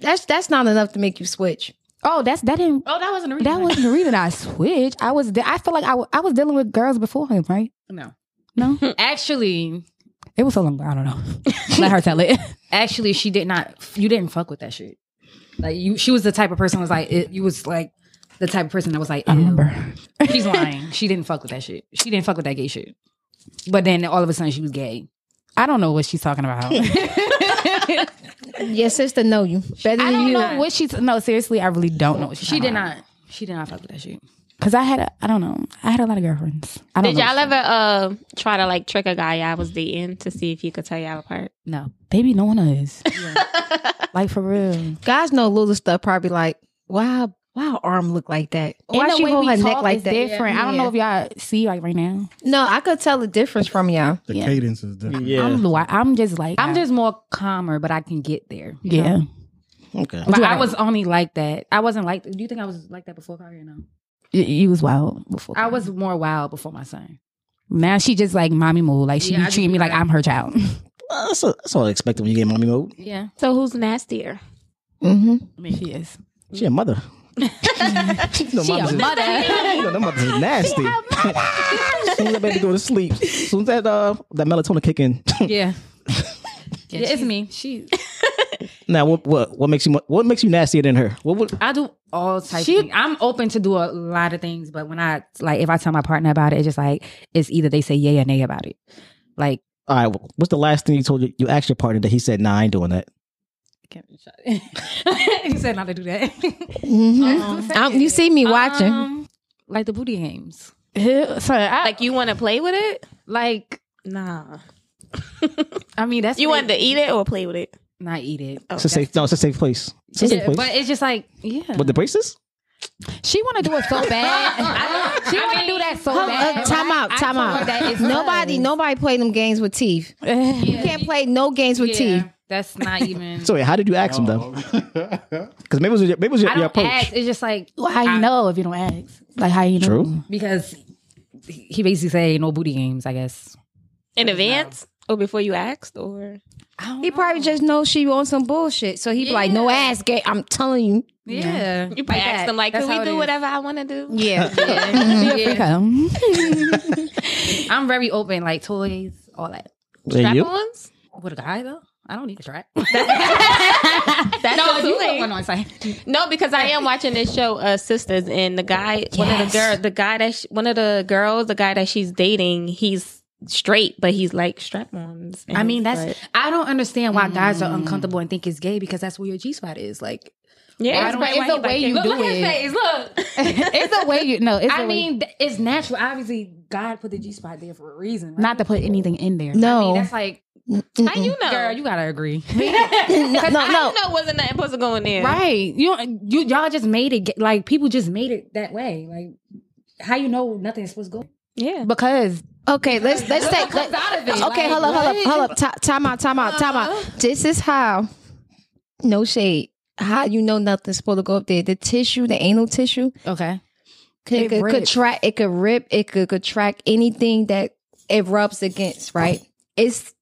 C: that's that's not enough to make you switch.
I: oh, that's that didn't
G: Oh, that wasn't a
I: that wasn't the reason I switched. I was de- I feel like I wa- I was dealing with girls before him, right?
G: No.
I: No,
G: Actually,
I: it was so long ago. I don't know. Let her tell it.
G: actually, she did not. You didn't fuck with that shit. Like you, she was the type of person was like it, you was like the type of person that was like.
I: I
G: ew.
I: remember.
G: She's lying. She didn't fuck with that shit. She didn't fuck with that gay shit. But then all of a sudden she was gay.
I: uh, I don't know what she's talking about. I
C: Your sister know you better than
I: don't
C: you.
I: know what she's. No, seriously, I really don't know. What she's
G: She did not. She did not fuck with that shit.
I: Because I had a. I don't know. I had a lot of girlfriends. I don't
H: Did
I: know.
H: y'all ever uh try to like trick a guy y'all was dating to see if he could tell y'all apart?
I: No, baby, no one is. like for real.
C: Guys know little stuff. Probably like why why her arm look like that? Why
I: And the
C: she
I: way
C: hold
I: we
C: her neck
I: talk
C: like
I: is
C: that?
I: Different. I don't know if y'all see like right now.
C: No, I could tell the difference from y'all.
F: The
I: Yeah.
F: cadence is different.
E: Yeah.
I: I'm. li- I'm just like.
G: I'm just more calmer, but I can get there. you
I: Yeah.
G: know?
E: okay.
G: But
I: you
G: I
I: like?
G: was only like that. I wasn't like. Do you think I was like that before Kyrie? or No.
I: You, you was wild before.
G: I was more wild before my son.
I: Now she just like mommy mood. Like she
G: Yeah, I
I: be treating
G: do
I: me like
G: that.
I: I'm her child.
E: Well, that's, a, Uh, that's all I expected when you gave mommy mode.
G: Yeah.
H: So who's nastier?
C: Mm-hmm.
I: I mean, she is.
E: She a mother. she a
G: mother.
E: You know, them mothers is nasty. as soon as that baby go to sleep, as soon as that uh, that melatonin kick in.
G: Yeah. yeah it's me. She.
E: now, what what what makes you mo- what makes you nastier than her? What would
G: I do all types.
I: She-
G: of things. I'm open to do a lot of things, but when I like, if I tell my partner about it, it's just like it's either they say yay or nay about it. Like.
E: all right? What's the last thing you told you, you asked your partner that he said, "Nah, I ain't doing that."
G: you said not to do that.
I: Um,
C: Mm-hmm. you see me watching.
G: Um, like the booty games.
I: Sorry, I,
H: Like you want to play with it?
G: Like
H: Nah.
G: I mean that's
H: You
G: like-
H: wanted to eat it or play with it?
G: not eat it.
E: It's a safe. No, it's a safe place. It's a safe
G: Yeah,
E: place.
G: but it's just like yeah.
E: With the braces?
I: she want to do it so bad. she want to do that so
C: Hold
I: bad.
C: up, time out, time out. Nobody, nobody play them games with teeth. You can't play no games with teeth.
G: That's not even.
E: So wait, how did you ask him though? Because maybe it was your, maybe it was your,
G: I
E: your
G: don't
E: approach.
G: ask. It's just like
I: Well, how you know if you don't ask? Like how you know?
E: True.
G: because he basically say no booty games. I guess.
H: In advance or Oh, before you asked or
C: He probably just knows she on some bullshit, so he be like, "No ass gay." I'm telling you.
G: Yeah,
H: you probably asked them like,
G: That's
H: "Can we
G: how it
H: do
G: is.
H: whatever I want to do?"
C: Yeah.
I: She a freak hoe.
G: I'm very open, like toys, all that.
E: There you.
H: Strap-ons?
G: With a guy though, I don't need a strap.
H: That's
G: no,
H: a
G: you
H: toy.
G: put one on site.
H: No, because I am watching this show, uh, Sisters, and the guy, one of the girl, the guy that sh- one of the girls, the guy that she's dating, he's straight, but he's like strap-ons. Mm.
G: I mean, that's I don't understand why guys are uncomfortable and think it's gay because that's where your G spot is. Like,
I: Yeah,
G: I don't
I: it's,
G: know
I: it's
G: why
I: the
G: he
I: way you
G: like it.
I: do
G: Look, look
I: it.
G: at his face. Look,
I: it's the way you no. It's
G: I
I: the way-
G: mean, th- it's natural. Obviously, God put the G spot there for a reason.
I: not to put anything in there.
G: I mean, that's like how you know, girl. You gotta agree.
I: No, no, no.
H: know wasn't nothing supposed to go in there.
G: right? You you y'all just made it get- like people just made it that way. Like how you know nothing's supposed to go.
H: Yeah,
I: because
C: okay, let's let's
G: What
C: take.
G: comes out of it?
C: Okay, hold
G: Like,
C: up, hold up,
G: what? Uh-huh.
C: hold up. Ti- Time out, time out, time out. This is how. No shade. How you know nothing's supposed to go up there? The tissue, the anal tissue,
I: Okay.
C: could,
I: It
C: could, could
I: rips.
C: track. It could rip. It could contract anything that it rubs against. Right? It's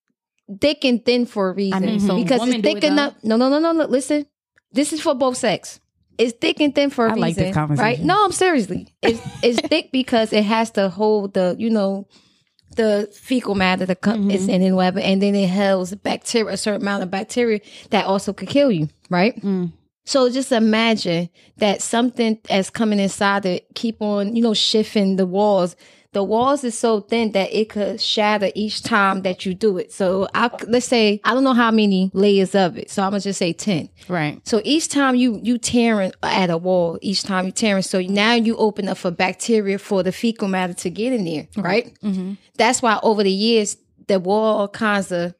C: thick and thin for a reason.
I: mean, so
C: because
I: women
C: it's
I: do
C: thick
I: it,
C: enough. No, no, no, no, no. Listen, this is for both sex. It's thick and thin for a
I: I
C: reason.
I: like this
C: Right?
I: conversation.
C: No, I'm seriously. It's it's thick because it has to hold the you know the fecal matter that comes
I: Mm-hmm.
C: in and whatever, and then it holds bacteria, a certain amount of bacteria that also could kill you. Right? So just imagine that something that's coming inside that keep on, you know, shifting the walls. The walls is so thin that it could shatter each time that you do it. So I let's say I don't know how many layers of it. So I'm gonna just say ten.
I: Right.
C: So each time you you tearing at a wall, each time you tearing, so now you open up for bacteria for the fecal matter to get in there, right?
I: Mm-hmm.
C: That's why over the years the wall kinds of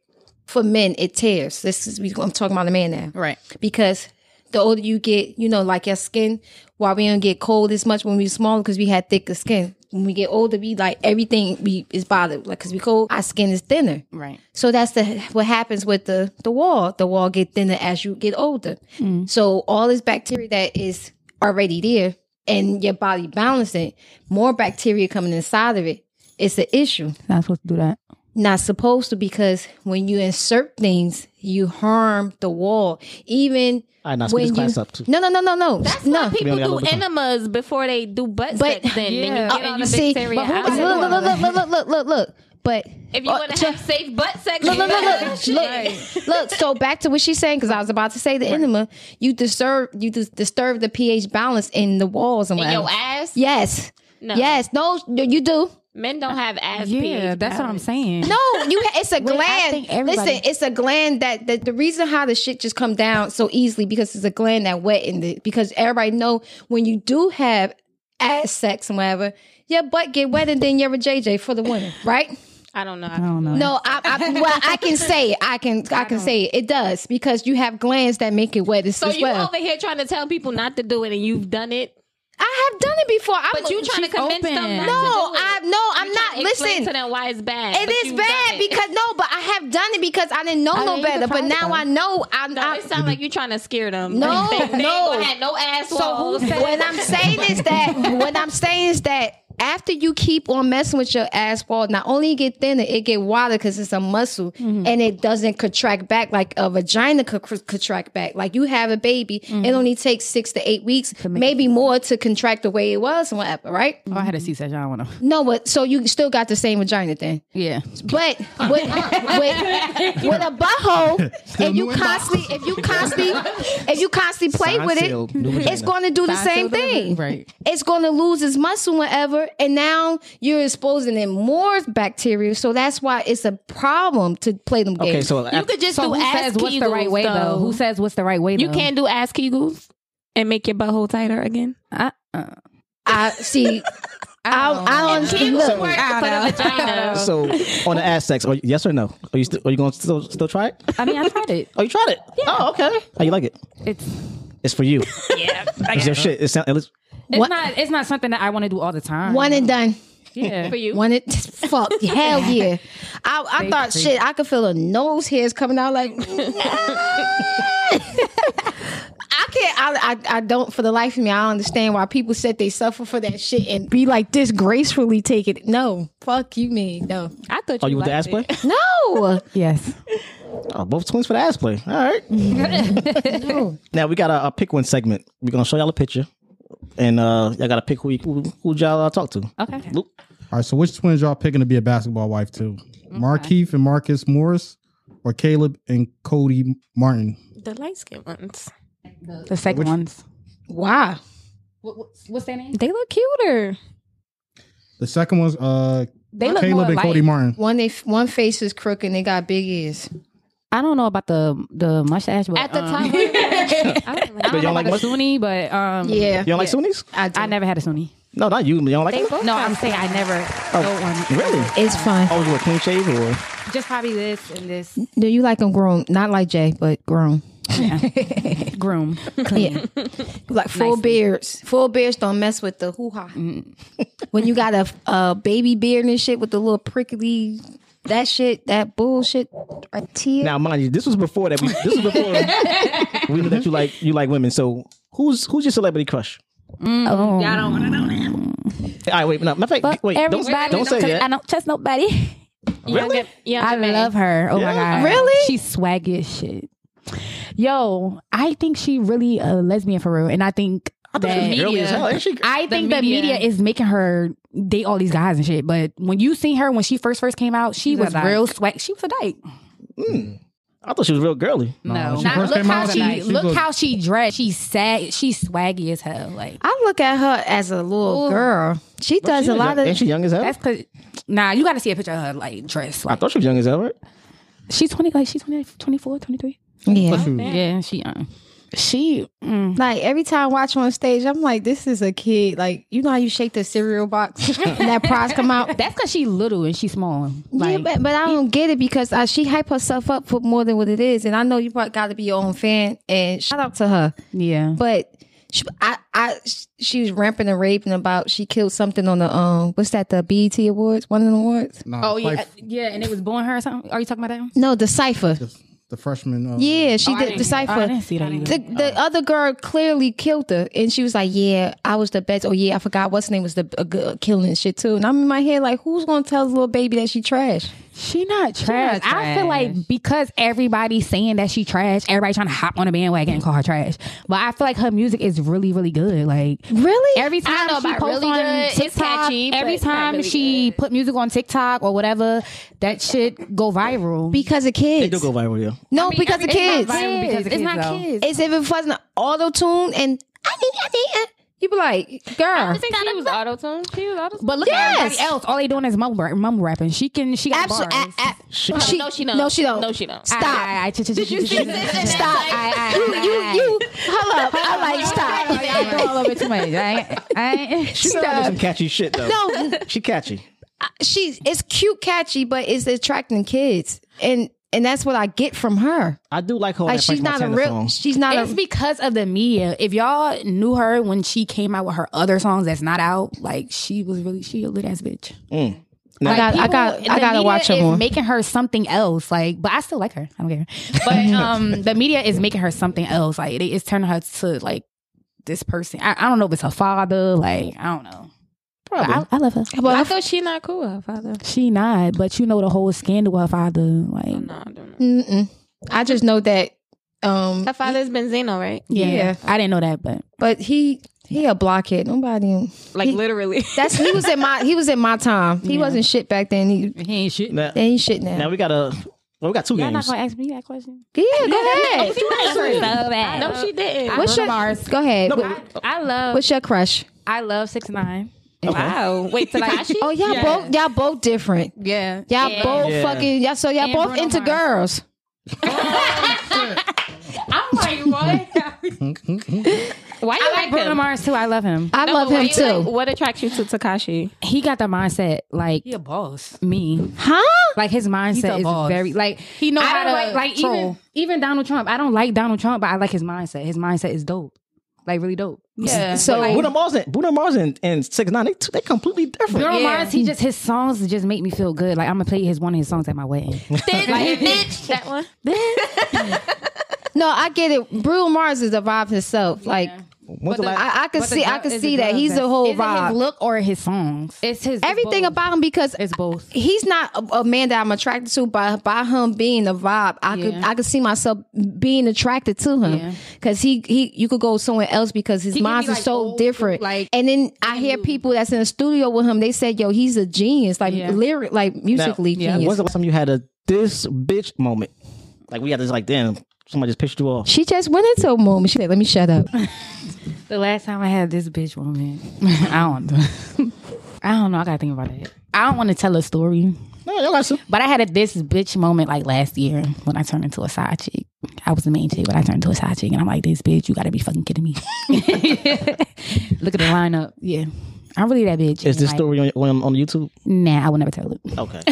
C: for men it tears. This is we- I'm talking about a man now,
I: Right.
C: because the older you get, you know, like your skin, why we don't get cold as much when we were smaller because we had thicker skin. When we get older, we like everything we is bothered, like because we cold, our skin is thinner.
I: Right.
C: So that's the what happens with the the wall. The wall get thinner as you get older.
I: Mm.
C: So all this bacteria that is already there and your body balancing, more bacteria coming inside of it. It's an issue
I: Not supposed to do that.
C: not supposed to because when you insert things, you harm the wall. Even
E: All right, now speed
C: when
E: this
C: you
E: class up too.
C: no no no no no that's no.
E: We
H: People
E: only got a
H: do
E: little bit of time.
H: enemas before they do butt
C: But-
H: sex. Then, then
G: Yeah.
H: you get all the
C: see,
H: bacteria
C: look,
H: out.
C: look, look, look, look, look, look, look, look. But
H: If you
C: uh,
H: want
C: so-
H: to have safe butt sex,
C: look,
H: you
C: look, look,
H: better-
C: look, look, look. So back to what she's saying, because I was about to say the enema. You disturb, you dis- disturb the pH balance in the walls and
H: in
C: whatever.
H: your ass.
C: Yes,
H: No.
C: yes. No, you do.
H: Men don't have ass.
I: Yeah, that's what I'm saying.
C: No, you. ha- It's a
I: Wait, I
C: gland.
I: think everybody-
C: Listen, it's a gland that, that the reason how the shit just come down so easily because it's a gland that wet in it. Because everybody know when you do have ass sex and whatever, your butt get wetter than your JJ for the women, right?
H: I don't know.
I: I don't know.
C: No, I, I well, I can say it. I can, I can say it. It does because you have glands that make it wet as,
H: So
C: as
H: you
C: well.
H: over here trying to tell people not to do it, and you've done it.
C: I have done it before. I'm,
H: But you trying to
I: she's
H: convince
I: open.
H: them not to
C: No,
H: do it.
C: I no, I'm
H: You
C: not.
H: trying to explain
C: Listen,
H: to them why it's bad.
C: It
H: but
C: is
H: you've
C: bad
H: done it.
C: because no, but I have done it because I didn't know no
I: you
C: better. But
I: surprised
C: now
I: them.
C: I know. I'm,
H: No,
C: I'm
H: it sounds like you're trying to scare them.
C: No,
H: they, they
C: no.
H: ain't gonna have no ass.
C: so
H: walls.
C: who what I'm saying is that what I'm saying is that after you keep on messing with your ass wall, not only it get thinner, it get wider because it's a muscle and it doesn't contract back like a vagina could cr- contract back. Like you have a baby, it only takes six Mm-hmm. to eight weeks, maybe more, to contract the way it was and whatever, right?
I: Oh, I had a C-section. I don't want to.
C: No, but so you still got the same vagina then.
I: Yeah.
C: But with, with, with a butthole, if you constantly, if you constantly, if you constantly play
E: Sign
C: with
E: sealed,
C: it,
E: new
C: it's
E: vagina.
C: going to do the
I: Sign
C: same thing.
I: sealed, right.
C: It's going to lose its muscle whenever, and now you're exposing it more bacteria. So that's why it's a problem to play them games.
E: Okay, so
H: You could just do
I: who
H: ass
I: says what's the
H: Kegels,
I: right way though? Who says what's the right way?
H: you
I: though?
H: can't do ass Kegels and make your butthole tighter again.
I: I, uh,
C: I see. I don't, I don't
E: So-
C: look.
E: work
H: I don't know.
E: So on the ass sex, are you, yes or no? Are you still are you going to still still try it?
I: I mean, I tried it.
E: Oh, you tried it. Oh, okay. How you like it?
I: It's
E: It's for you.
H: Yeah,
E: It's your shit. It sound, it looks,
I: it's
C: What-
I: not it's not something that I want to do all the time.
C: One and done.
I: yeah.
H: for you.
C: One and fuck. Hell yeah. I, I thought shit. I could feel the nose hairs coming out like. I can't. I, I I don't. For the life of me, I don't understand why people said they suffer for that shit and be like this gracefully take it. No, fuck you, man. No,
H: I thought
E: oh,
H: you,
E: you with the ass
H: liked
E: play?
H: it.
C: no.
I: Yes.
E: Oh, both twins for the ass play. All right. now we got a, a pick one segment. We're gonna show y'all a picture, and uh, y'all gotta pick who you, who, who y'all uh, talk to.
I: Okay.
E: Luke,
F: All right, so which twins y'all picking to be a basketball wife to? Markeith and Marcus Morris or Caleb and Cody Martin?
H: The light skin ones.
I: The second ones.
C: Why?
I: what's their name?
H: They look cuter.
F: The second one's uh
I: They look
F: Caleb
I: more
F: and
I: like
F: Cody Martin.
C: One they one face is crooked and they got big ears.
I: I don't know about the the mustache, but
G: At the
C: Uh.
I: um,
G: time-
I: I don't, I
E: But you
I: don't know
E: don't like
I: about
E: mus-
I: a Sunni, but um,
E: You don't like Sunnis?
I: I, never had a Sunni.
E: No, not you. You don't like them?
I: no, I'm saying I never.
E: Oh, really?
C: It's fine.
E: Oh, you a clean shave or?
I: Just probably this and this.
C: Do you like them grown? Not like Jay, but grown.
I: groom.
C: Yeah. Like full beards. Full beards don't mess with the hoo ha. when you got a, a baby beard and shit with the little prickly, that shit, that bullshit, a tear.
E: Now, mind you, this was before that. We, this was before we knew that you like you like women. So, who's who's your celebrity crush? Mm,
I: Oh.
G: Y'all don't want to know that.
E: All right, wait, no, matter of fact,
I: Fuck
E: wait, don't,
I: everybody.
E: don't say
I: 'cause
E: that.
I: I don't trust nobody.
E: Really?
I: I love her. Oh my
E: Yeah.
I: god.
C: Really?
I: She's swaggy as shit. Yo, I think she really a lesbian for real, and I think that
E: She's girly as hell, ain't she?
I: I think the
G: media-
I: media is making her date all these guys and shit. But when you seen her when she first first came out, she
G: She's a
I: was
G: dyke.
I: real swag. She was a dyke.
E: I thought she was real girly.
I: No,
F: when she
I: Not-
F: first
I: look
F: came
I: how
F: out,
I: she
F: she
I: look
F: was-
I: how she dressed. She sag. She's swaggy as hell. Like
C: I look at her as a little
I: Ooh.
C: girl. She does
E: She
C: a
E: was
C: lot
E: young- ain't
C: of.
E: she young as hell?
I: that's cause nah. You got to see a picture of her like dress.
E: I
I: Like
E: thought she was young as hell, right?
I: she's twenty. Like she's 20, 24, 23.
C: Yeah.
E: Hmm.
I: Yeah, she young. She mm,
C: Like every time I watch her on stage, I'm like, this is a kid. Like, you know how you shake the cereal box and that prize come out?
I: that's because she little and she small. Like,
C: yeah, but, but I don't get it because uh, she hype herself up for more than what it is, and I know you probably got to be your own fan. And shout out to her,
I: yeah.
C: but she, I, I, she was ramping and raving about she killed something on the um, what's that? The BET Awards, one of the awards?
F: Nah,
I: Oh yeah,
F: like
I: yeah, and it was born her or something. Are you talking about that?
C: No, the cipher.
F: the, the freshman. Uh,
C: Yeah, she
I: Oh, I
C: did the
I: didn't- I
C: cipher.
I: didn't see that either.
C: The, the other girl clearly killed her, and she was like, "Yeah, I was the best." Oh yeah, I forgot what's her name was the a good uh, killing shit too. And I'm in my head like, who's gonna tell the little baby that she trash?
I: She not trash.
G: not
I: I feel like because everybody's saying that she trash, everybody trying to hop on a bandwagon and call her trash. But I feel like her music is really, really good. Like
C: Really?
I: every time
G: know
I: she
G: about
I: posts
G: really
I: on
G: good. It's
I: TikTok,
G: catchy, but
I: every
G: it's not
I: time
G: really
I: she put music on TikTok or whatever, that shit go viral.
C: because of kids.
E: They do go viral, yeah.
C: No, because of kids.
I: viral because of
G: It's
I: kids,
G: not
I: though.
G: kids.
C: It's even fussing auto tune and I think I think uh, you be like, girl,
J: I think she was auto tuned. She was auto tuned.
I: But look
C: Yes.
I: at everybody else. All they doing is mumble, rap- mumble rapping. She can. She got
C: absolutely.
I: bars.
E: She-
J: no, she don't.
C: No, she don't.
J: No, she don't.
C: Stop.
I: I, I, I, Did you see this?
C: Stop. you, you, you. Hold up. I like stop.
I: Oh, I go all over too much. I, I,
E: She know how to do some catchy shit though.
C: No,
E: She catchy.
C: she's it's cute, catchy, but it's attracting kids, and and that's what I get from her.
E: I do like her. on
C: Like
E: that
C: she's not
E: French
C: a
E: Montana
C: real.
E: song.
C: She's not
I: It's
C: a.
I: because of the media. If y'all knew her when she came out with her other songs that's not out, like she was really she a lit ass bitch.
E: No.
C: I got. I got.
I: People-
C: I
I: the
C: gotta
I: media
C: watch her
I: is
C: more.
I: Making her something else, like, but I still like her. I don't care. But um, the media is making her something else. Like, it, it's turning her to like this person. I, I don't know if it's her father. Like, I don't know. But I, I love her.
J: But I thought she not cool, her father.
I: She not, but you know the whole scandal with her father. Like,
J: No, I don't know.
C: Mm-mm. I just know that. Um,
J: Her father's Benzino, right?
I: yeah,
C: Yeah.
I: I didn't know that, but
C: but he he a blockhead. Nobody.
J: Like literally.
C: That's he was in my he was in my time. He wasn't shit back then. He
I: he ain't shit.
E: Now,
C: they ain't shit now.
E: now we got a. Well, we got 2
I: Y'all not
E: games.
I: gonna ask me that question?
C: yeah, go ahead. Oh,
J: No, she didn't.
C: What's your Go ahead. What-
I: I love
C: What's your crush?
I: I love six nine.
J: Wow. Wait till I.
C: Oh, y'all both y'all both different.
I: Yeah.
C: Y'all
I: Yeah.
C: both
E: Yeah.
C: fucking y'all. So y'all
I: And
C: both
I: Bruno
C: into
I: Mars.
C: girls.
I: I'm like, what?
J: Why you
I: I like Bruno Mars too. I love him.
C: I love him too.
J: what attracts you to Takashi?
I: He got the mindset like
D: He a boss.
I: me.
C: huh?
I: Like his mindset is
D: boss.
I: very like he knows
G: how
I: I don't
G: to
I: like, like even
G: troll.
I: even Donald Trump. I don't like Donald Trump, but I like his mindset. His mindset is dope. Like really dope.
G: Yeah.
C: So
E: Bruno Mars and Bruno Mars and, and Six Nine. They they completely different.
I: Bruno Mars, he just his songs just make me feel good. Like I'm gonna play his one of his songs at my wedding.
J: bitch, that one.
C: no, I get it. Bruno Mars is the vibe himself. Like
E: When's the last-
C: I, I could
I: But the
C: see, I
I: drug-
C: could
I: is
C: see
I: the
C: that
I: drugs
C: he's a whole
I: Is it his
C: vibe.
I: look or his songs?
G: It's his.
C: Everything about him because
I: It's both.
C: he's not a, a man that I'm attracted to by by him being the vibe. I could
I: Yeah.
C: I could see myself being attracted to him
I: Yeah.
C: because he he you could go somewhere else because his
I: He can be,
C: minds are
I: like,
C: so
I: old,
C: different.
I: like-
C: and then I hear people that's in the studio with him. They said, "Yo, he's a genius, like
I: Yeah.
C: lyric, like musically
E: When's
C: genius."
E: the last time you had a this bitch moment? Like we got this like damn somebody just pissed you off.
C: She just went into a moment. She said, "Let me shut up."
I: The last time I had this bitch woman, I don't know. I don't know. I gotta think about it. I I don't want to tell a story. No, you got to. But I had a this bitch moment like last year when I turned into a side chick. I was the main chick, but I turned into a side chick, and I'm like, this bitch, you got to be fucking kidding me. Look at the lineup. Yeah, I'm really that bitch.
E: Is this
I: Like,
E: story on, on, on YouTube?
I: Nah, I will never tell it.
E: Okay.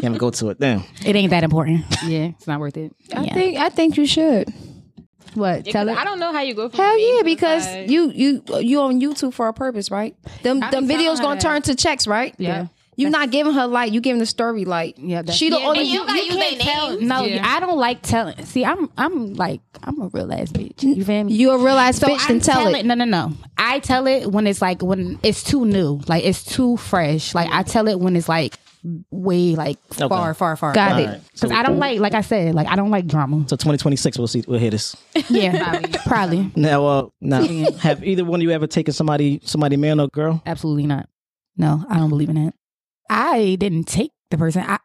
E: Can't go to it. Damn.
I: It ain't that important. Yeah, it's not worth it.
C: I think I think you should. What?
J: Yeah,
C: tell
J: 'cause
C: it.
J: I don't know how you go from
C: Hell
J: being
C: yeah,
J: on the
C: because
J: side.
C: you you you on YouTube for a purpose, right? Them
J: I be telling
C: them videos
J: her
C: gonna
J: that.
C: turn to checks, right?
I: Yeah.
C: You're not giving her light. You giving the story light.
I: Yeah, that's-
C: she the
I: Yeah,
C: only
I: and you gotta use
C: can't
I: their
C: tell-
I: names. No, I don't like telling. See, I'm I'm like I'm a real ass bitch. You feel me?
C: You a real ass bitch, then tell it.
I: No, no, no. I tell it when it's like when it's too new, like it's too fresh. Like I tell it when it's like way like
E: Okay.
I: far, far, far.
E: Got All it. right.
I: Because I don't like, like I said, like I don't like drama.
E: So 2026, we'll see. We'll hear this.
I: Yeah, probably.
E: Now, uh, now, have either one of you ever taken somebody, somebody, man or girl?
I: Absolutely not. No, I don't believe in it. I didn't take the person. I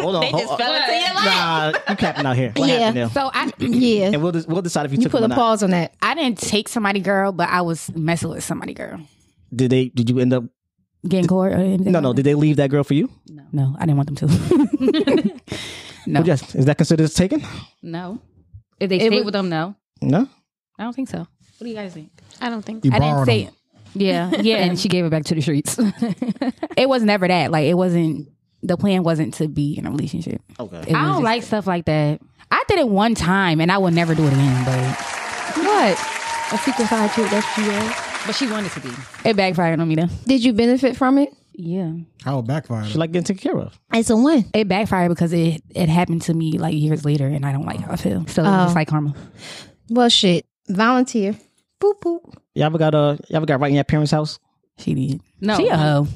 E: Hold on.
I: They
E: hold
I: just
E: on.
I: fell into your
E: Nah, you capping out here. What happened there?
I: So I
C: yeah.
E: And we'll, just, we'll decide if you, took them or not.
C: on that.
I: I didn't take somebody girl, but I was messing with somebody girl.
E: Did they? Did you end up
I: getting caught or anything?
E: No, no. Did they leave that girl for you?
I: No, I didn't want them to. no.
E: Yes. Is that considered as taken?
I: No. If they
G: It
I: stay
G: was-
I: with them, no.
E: No.
I: I don't think so. What do you guys think?
G: I don't think
E: You
I: I didn't
E: borrowed
I: say
E: them.
I: Yeah, yeah. and she gave it back to the streets. it was never that. Like it wasn't the plan wasn't to be in a relationship.
E: Okay.
I: I don't like stuff like that. I did it one time and I will never do it again, but what? A secret side chick, that's what you was. But she wanted to be. It backfired on me though.
C: Did you benefit from it?
I: Yeah.
F: How it backfired. She
E: like getting taken care of.
C: It's a win.
I: It backfired because it it happened to me like years later and I don't like how I feel. So
C: Oh.
I: it's like karma.
C: Well, shit. Volunteer. Boop boop.
E: Y'all ever got uh? Y'all ever got right in your parents' house?
I: She did. No. She a hoe.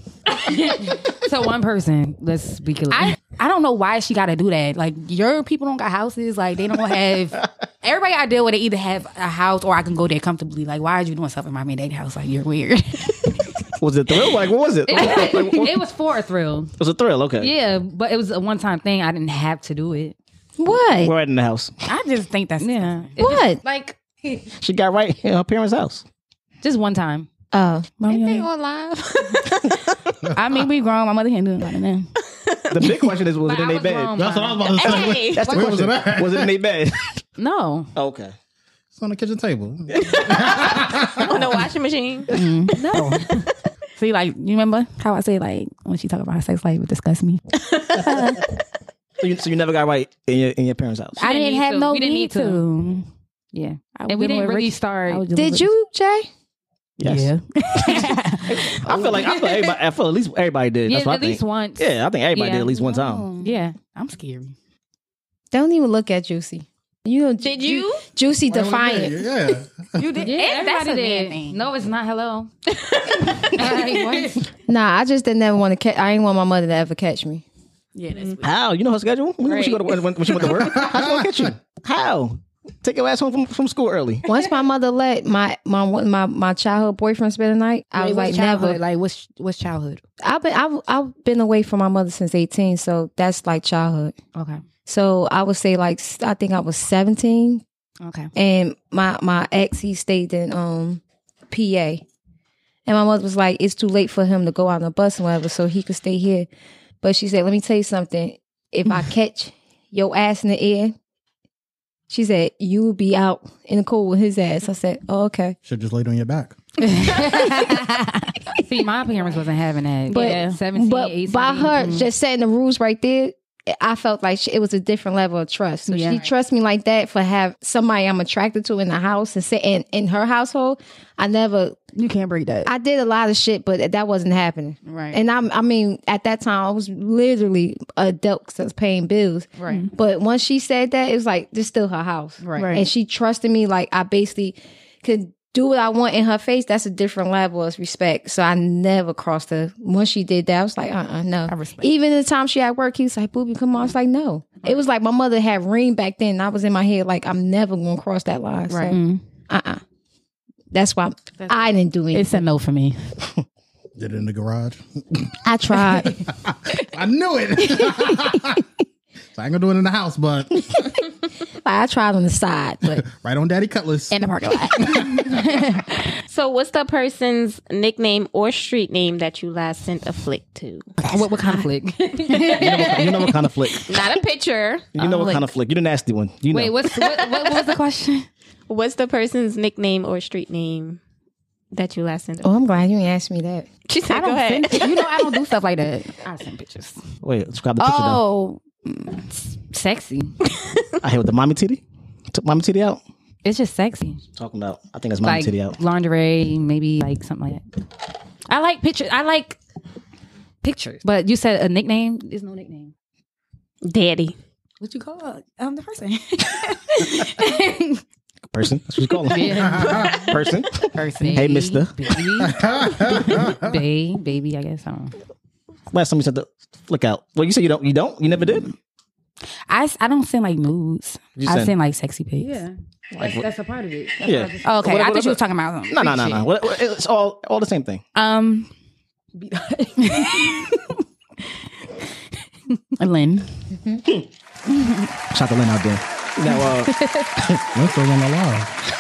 I: so one person, let's be clear. I, I don't know why she got to do that. Like your people don't got houses. Like they don't have. everybody I deal with, they either have a house or I can go there comfortably. Like why are you doing stuff in my man date house? Like you're weird.
E: Was it thrill? Like what was it?
I: it, was for a thrill.
E: It was a thrill. Okay.
I: Yeah, but it was a one time thing. I didn't have to do it.
C: What?
E: We're right in the house.
I: I just think that's yeah.
C: What?
I: Like
E: She got right in her parents' house.
I: just one time.
C: Oh,
I: they on live. I mean, we grown. My mother can't do it right now.
E: The big question is, was it in their bed?
I: wrong, That's what I was about to say. Hey,
E: That's the
I: where was
E: question.
I: it at?
E: Was it in their bed?
I: No.
E: Okay.
F: It's on the kitchen table.
H: on the washing machine.
I: No. See, like, you remember how I say, like, when she talk about her sex life, it disgusts me.
E: So you, so you never got right in your in your parents' house.
I: I didn't
G: need
I: have
G: to.
I: no
G: We didn't
I: need,
G: need
I: to.
G: to.
I: Yeah. I
G: And we
I: was
G: didn't
I: with
G: really
I: Rich-
G: start-
I: I was dealing
C: Did
I: with
C: you, Jay?
E: Yes.
I: Yeah.
E: I feel like I feel everybody. I feel at least everybody did. That's
I: Yeah,
E: what
I: at
E: I think.
I: least once.
E: Yeah, I think everybody
I: Yeah.
E: did at least one time.
I: Rich. Yeah. I'm scary.
C: Don't even look at Juicy. You did you Juicy defiant.
F: Yeah.
I: You did.
G: Yeah,
I: and that's a
G: everybody
I: man
G: did.
I: thing.
G: No, it's not. Hello.
C: Nah, I just didn't ever want to catch. I ain't want my mother to ever catch me.
I: Yeah, that's weird.
E: How? You know her schedule? When, when she go to when, when she went to work? How she gonna catch you? How? Take your ass home from, from school early.
C: Once my mother let my my my, my childhood boyfriend spend the night, I
I: Wait,
C: was
I: what's
C: like
I: childhood?
C: never.
I: Like, what's, what's childhood?
C: I've been I've I've been away from my mother since eighteen, so that's like childhood.
I: Okay.
C: So I would say like s- I think I was seventeen,
I: Okay.
C: and my my ex he stayed in um PA, and my mother was like, it's too late for him to go out on the bus and whatever, so he could stay here. But she said, let me tell you something. If I catch your ass in the air, she said you will be out in the cold with his ass. I said, oh okay.
F: Should just laid on your back.
G: See, my parents wasn't having that.
C: But,
G: yeah, 17,
C: but
G: 18.
C: by her just setting the rules right there, I felt like she, it was a different level of trust. So
G: Yeah.
C: she
G: Right.
C: trusts me like that for have somebody I'm attracted to in the house and sit in, in her household. I never,
I: You can't break that.
C: I did a lot of shit, but that wasn't happening.
I: Right.
C: And I'm, I mean, at that time, I was literally adult that's paying bills.
I: Right.
C: But once she said that, it was like, this still her house.
I: Right. Mm-hmm. Right.
C: And she trusted me. Like I basically could do what I want in her face. That's a different level of respect. So I never crossed her. Once she did that, I was like, uh-uh, no. I respect Even the time she at work, he was like, booby, come on. I was like, no. It was like my mother had ring back then. And I was in my head like, I'm never going to cross that line. So,
I: Right. Mhm.
C: uh-uh. That's why I didn't do it.
I: It's a no for me.
F: Did it in the garage.
C: I tried.
F: I knew it. so I ain't gonna do it in the house, but
I: like I tried on the side, but
F: right on Daddy Cutlass
I: in the parking lot.
H: So, what's the person's nickname or street name that you last sent a flick to?
G: What, what kind of flick?
E: You know what kind of flick.
H: Not a picture.
E: You know what kind of flick. You're the nasty one. You know.
H: Wait, what's what, what, what was the question? What's the person's nickname or street name that you last sent?
C: Oh, I'm glad you asked me that.
H: She said,
G: I don't
H: "Go ahead."
G: send- you know I don't do stuff like that. I send pictures.
E: Wait, let's grab the picture
G: oh,
E: though.
G: mm, sexy.
E: I hear with the mommy titty. Took mommy titty out.
G: It's just sexy.
E: Talking about, I think it's mommy
G: like
E: titty out.
G: lingerie, maybe like something like that. I like pictures. I like pictures. But you said a nickname. There's no nickname.
H: Daddy.
I: what you call um the person?
E: Person, that's what you call him.
G: Yeah.
E: Person.
G: Person.
E: Hey, Mister.
G: Baby. Babe, baby, I guess. I don't know.
E: Last time you said the flick out. Well, you said you don't. You don't. You never did.
G: I, s- I don't send like moods.
E: You
G: I
E: send-
G: send like sexy pics.
I: Yeah.
E: Like what-
I: a part of it.
E: yeah.
G: Oh, okay.
E: What-
G: I
E: what-
G: thought you were talking about something.
E: No, no, no, no. What- what- It's all all the same thing.
G: Um, Lynn.
E: Shout the Lynn out there. Now, uh,
F: That's the one alive.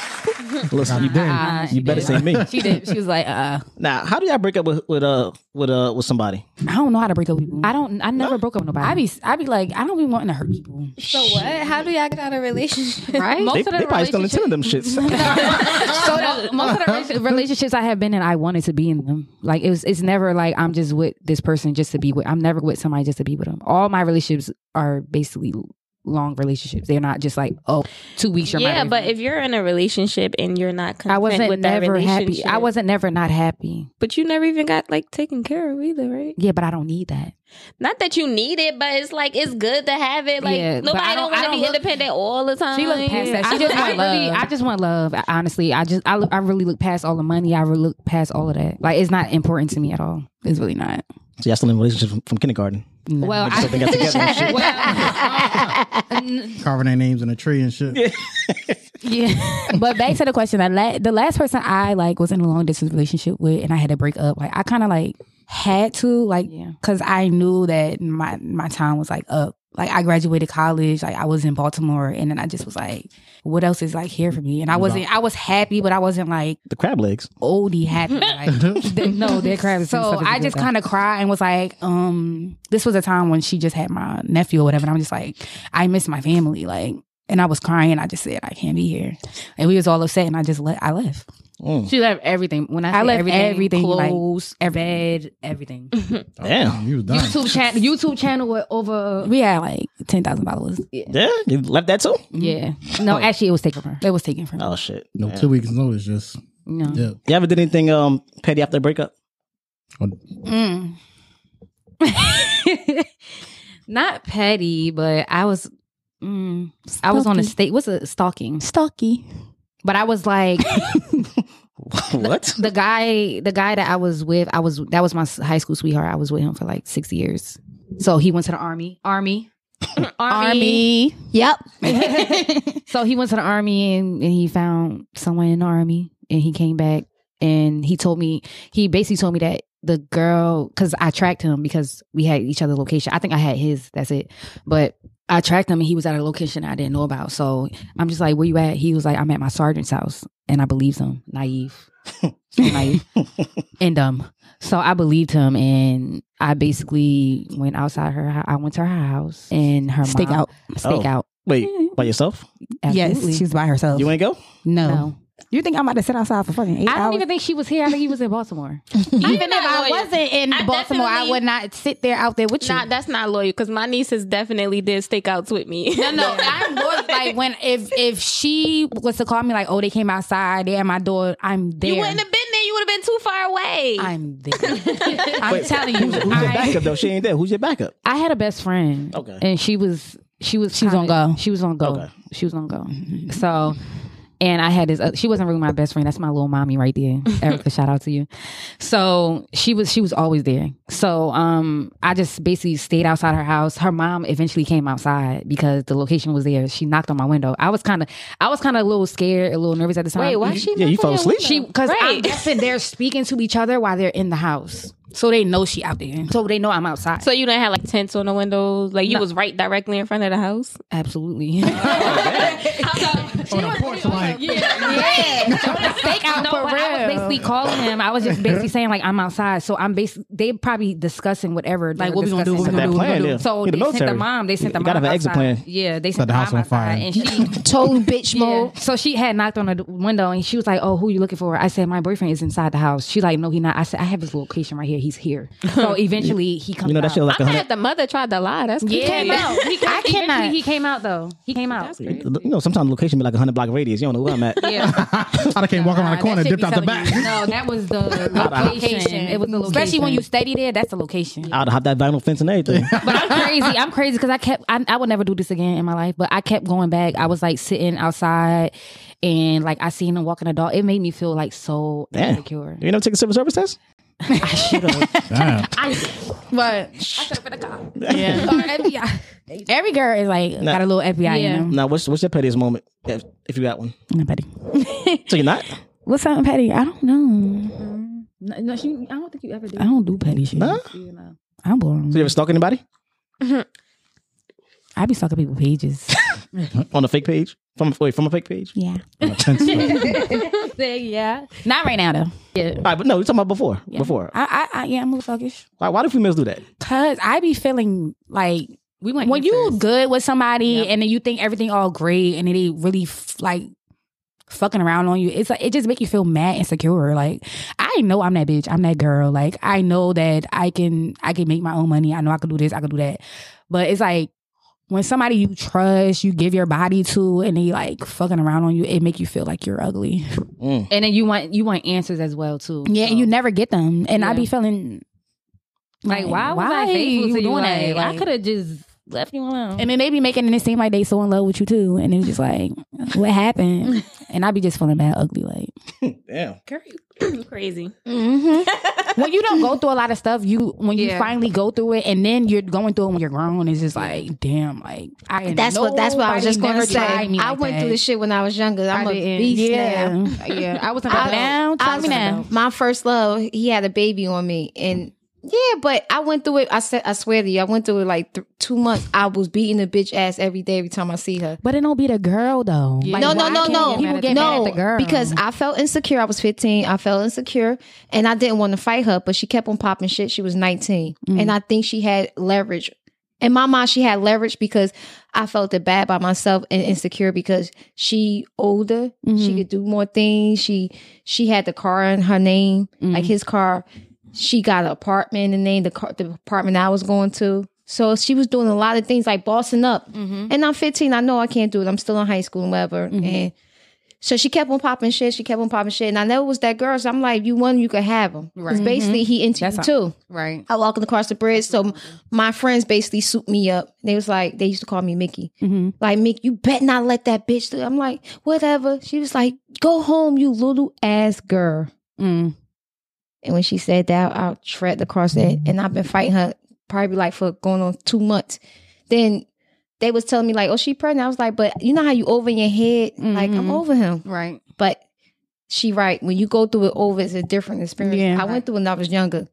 E: listen, you,
G: Uh,
E: you better say me.
G: she did. She was like, uh,
E: Now, how do y'all break up with with uh with uh with somebody?
G: I don't know how to break up with people. I don't. I never broke up with nobody.
I: I be I be like I don't be wanting to hurt people.
J: So what? How do y'all get out of relationship?
G: right.
E: They, they probably still into them shits.
G: so mo- most of the rela- relationships I have been in, I wanted to be in them. Like it was, it's never like I'm just with this person just to be with. I'm never with somebody just to be with them. All my relationships are basically long relationships. They're not just like oh, two weeks. You're my
H: Yeah, but
G: boyfriend.
H: if you're in a relationship and you're not content
G: I wasn't
H: with that
G: never happy.
H: relationship,
G: I wasn't never not happy.
H: But you never even got like taken care of either, right?
G: Yeah, but I don't need that.
H: Not that you need it, but it's like it's good to have it. Like
G: Yeah, but
H: nobody
G: I
H: don't,
G: don't-
H: want
G: I
H: to be
G: don't look-
H: independent all the time.
G: She looked past that.
H: I
G: She just
H: don't-
G: want
H: I really-
G: love. I just want love. I- Honestly, I just I look, I really look past all the money. I really look past all of that. Like it's not important to me at all. It's really not.
E: so y'all still in a relationship from, from kindergarten?
G: Well,
E: Niggas still think y'all together and shit.
F: Carving their names in a tree and shit.
G: Yeah.
I: but back to the question, the, la- the last person I like was in a long distance relationship with, and I had to break up. Like I kind of like had to like
G: Yeah.
I: because I knew that my my time was like up. Like I graduated college, like I was in Baltimore, and then I just was like, what else is like here for me? And I wasn't. I was happy, but I wasn't like
E: The crab legs.
I: oldie happy. Like, th- no, they're crabs.
G: and
I: So
G: stuff is
I: I
G: good,
I: just
G: though.
I: kind of cried and was like, um, this was a time when she just had my nephew or whatever. And I'm just like, I miss my family. Like, and I was crying. I just said, I can't be here. And we was all upset. And I just let, I left.
E: Mm.
G: She left everything. When I,
I: I
G: say
I: left
G: everything,
I: everything, like-
G: clothes, bed, everything.
E: Damn.
F: You was done.
G: YouTube channel, YouTube channel with over.
I: We had like $10,000.
E: Yeah, you left that too.
G: Yeah, no, actually, it was taken from her.
I: That was taken from me.
E: Oh shit.
F: No
E: Yeah.
F: two weeks notice, just
G: No,
F: yeah.
E: You ever did anything um petty after a breakup?
I: Mm.
G: not petty, but I was, mm, I was on a
I: Stalking.
G: state. What's a stalking?
I: Stalky.
G: But I was like,
E: what?
G: the guy the guy that I was with, I was that was my s- high school sweetheart. I was with him for like six years. So he went to the army. Army. army.
C: Yep.
G: So he went to the army and, and he found someone in the army and he came back and he told me he basically told me that the girl because I tracked him because we had each other's location. I think I had his, that's it. But I tracked him and he was at a location I didn't know about. So I'm just like, where you at? He was like, I'm at my sergeant's house. And I believed him. Naive. So naive and dumb. So I believed him and I basically went outside her hou- I went to her house and her
I: Stake
G: mom-
I: out.
G: Stake
E: Oh.
G: out.
E: Wait, by yourself?
G: Absolutely.
I: Yes. She was by herself.
E: You ain't go?
G: no.
I: You think I'm about to sit outside for fucking eight
G: I don't
I: hours?
G: even think she was here. I think he was in Baltimore.
I: even if I wasn't in
H: I
I: Baltimore, I
H: definitely-
I: would not sit there out there with you.
H: Nah, that's not loyal because my nieces definitely did stakeouts with me.
I: No, no, I'm loyal. Like when if if she was to call me like, oh, they came outside, they at my door, I'm there.
H: you wouldn't have been there. You would have been too far away.
I: I'm there. I'm
E: Wait,
I: telling you,
E: Who's your
I: I,
E: backup though? She ain't there. Who's your backup?
G: I had a best friend.
E: Okay.
G: And she was she was
I: She was
G: kinda-
I: on go.
G: She was on go. Mm-hmm.
E: Okay.
G: She was on go. So and I had this uh, she wasn't really my best friend. That's my little mommy right there. Erica, shout out to you. So she was she was always there. So um I just basically stayed outside her house. Her mom eventually came outside because the location was there. She knocked on my window. I was kinda I was kinda a little scared, a little nervous at the time.
H: Wait, why she?
E: Yeah, you
H: knock on
E: fell
H: your
E: asleep?
H: window?
G: She because I'm
H: Right.
G: guessing they're speaking to each other while they're in the house.
I: So they know she out there.
G: Oh,
I: So they know I'm outside.
H: So you didn't have like tents on the windows. Like you was right directly in front of the house.
I: Absolutely.
H: on
F: the porch, like
I: yeah. Fake out
G: No,
I: for
G: but
I: real.
G: I was basically calling him. I was just basically saying like I'm outside, so I'm basically they probably discussing whatever. Like
I: what we gonna do, what we gonna That do, what we plan, gonna do. yeah.
G: So
I: Yeah, the
G: they sent the
I: military.
G: mom. They sent the
I: You
G: mom.
I: gotta have an exit
G: outside.
I: plan.
G: Yeah, they
F: Set
G: sent
F: the
G: the,
F: house
G: mom
F: on fire.
G: outside, and she
C: told bitch
G: mode. So she had knocked on the d- window, and she was like, "Oh, who you looking for?" I said, "My boyfriend is inside the house." She like, "No, he not." I said, "I have his location right here. He's here." So eventually he comes.
E: You know that
G: out.
E: shit like a
H: I
E: hundred.
H: had the mother tried to lie. That's
G: Yeah,
H: he came out.
G: He came, I cannot. He came out though. He came out.
E: You know, sometimes location be like a hundred block radius. You don't know where I'm at.
G: Yeah.
F: I can't walk around the corner and dipped out the back.
G: No, that was the
I: location.
G: location. It was the location.
I: Especially when you study there, that's the location.
E: I'd hop that vinyl fence and everything.
G: But I'm crazy. I'm crazy because I kept. I, I would never do this again in my life. But I kept going back. I was like sitting outside, and like I seen him walking a dog. It made me feel like so
E: Damn.
G: insecure.
E: You never take a civil service test?
F: Damn.
I: But yeah. Every girl is like
E: Nah.
I: got a little FBI
G: Yeah.
I: in them.
E: Now, what's what's your pettiest moment if, if you got one?
I: Nobody.
E: So you're not?
I: What's something petty? I don't know.
G: No, no, she, I don't think you ever did.
I: I don't do petty shit.
E: Nah.
I: I'm boring.
E: So you ever stalk anybody
I: I be stalking people pages.
E: on a fake page? From wait, from a fake page?
I: yeah.
G: yeah.
I: Not right now though.
E: All right, but no, we're talking about before. Before.
I: I, I, I yeah, I'm a little stalkish.
E: Why, why do females do that?
I: Cause I be feeling like
G: We went
I: when you good with somebody
G: Yep.
I: and then you think everything all great and then they really f- like fucking around on you it's like it just make you feel mad and secure like i know i'm that bitch i'm that girl like i know that i can i can make my own money i know i can do this i can do that but it's like when somebody you trust you give your body to and they like fucking around on you it make you feel like you're ugly
E: Mm.
G: and then you want you want answers as well too.
I: yeah and you never get them and i
G: Yeah.
I: be feeling
G: like why was I
I: are
G: faithful
I: you
G: to you?
I: doing
G: Like,
I: that?
G: I
I: Like-
G: could have just left you alone.
I: And then they be making it seem like they so in love with you too. And it's just like, what happened? And I be just feeling bad, ugly. Like
E: Damn.
H: You crazy.
I: when you don't go through a lot of stuff, you when you
G: Yeah.
I: finally go through it, and then you're going through it when you're grown. It's just like, damn, like I.
C: That's what. That's what I was just going to
I: nobody
C: say.
I: never tried me
C: I
I: like
C: went
I: that.
C: through this shit when I was younger. I'm
I: I
C: a
I: didn't.
C: beast
I: yeah.
C: now.
I: Yeah, I wasn't
C: I-
I: now. Tell
C: I-
I: me now.
C: My first love, he had a baby on me, and yeah, but I went through it. I said, I swear to you, I went through it like th- two months. I was beating the bitch ass every day, every time I see her.
I: But it don't be the girl though. Like,
C: no, no,
I: why
C: no,
I: can't
C: no.
I: People get
C: no,
I: mad at the girl
C: because I felt insecure. I was 15. I felt insecure, and I didn't want to fight her, but she kept on popping shit. She was 19,
I: Mm.
C: and I think she had leverage. In my mind, she had leverage because I felt it bad by myself and insecure because she older, she could do more things. She she had the car in her name, like his car. She got an apartment in the name the car, the apartment I was going to. So she was doing a lot of things like bossing up. And I'm 15. I know I can't do it. I'm still in high school and whatever. And so she kept on popping shit. She kept on popping shit. And I know it was that girl. So I'm like, you one, you could have him. Because basically he into you too.
G: Right.
C: I walking across the bridge. So my friends basically suit me up. They was like, they used to call me Mickey. Like, Mick, you bet not let that bitch do. I'm like, whatever. She was like, go home, you little ass girl.
I: Mm.
C: And when she said that, I tread across it. And I've been fighting her probably like for going on two months. Then they was telling me like, oh, she pregnant. I was like, but you know how you over in your head? Like, I'm
I: Mhm.
C: over him.
G: Right.
C: But she right. When you go through it over, it's a different experience.
I: Yeah.
C: I went through it when I was younger.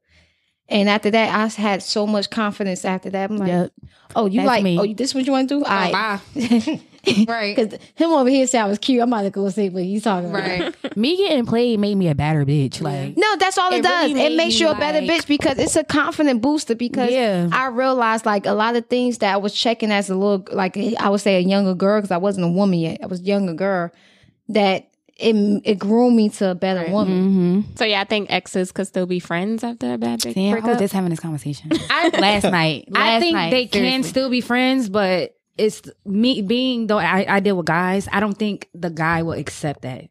C: And after that, I had so much confidence after that. I'm like,
I: Yep.
C: oh, you
I: That's
C: like,
I: me.
C: oh, this is what you want to do? I
G: Right.
C: Because him over here said I was cute. I'm about to go see what he's talking about.
I: me getting played made me a better bitch. Like
C: No, that's all it,
I: It
C: does.
I: really
C: it
I: made
C: makes
I: me
C: you a better
I: like-
C: bitch because it's a confident booster. Because
I: Yeah.
C: I realized like a lot of things that I was checking as a little, like I would say a younger girl because I wasn't a woman yet. I was a younger girl that it it grew me to a better woman.
G: Mm-hmm.
H: So yeah, I think exes could still be friends after a bad big
I: damn, I was
H: breakup.
I: just having this conversation last night.
G: I
I: Last
G: think
I: night,
G: they
I: seriously.
G: can still be friends, but it's me being though I, I deal with guys. I don't think the guy will accept that.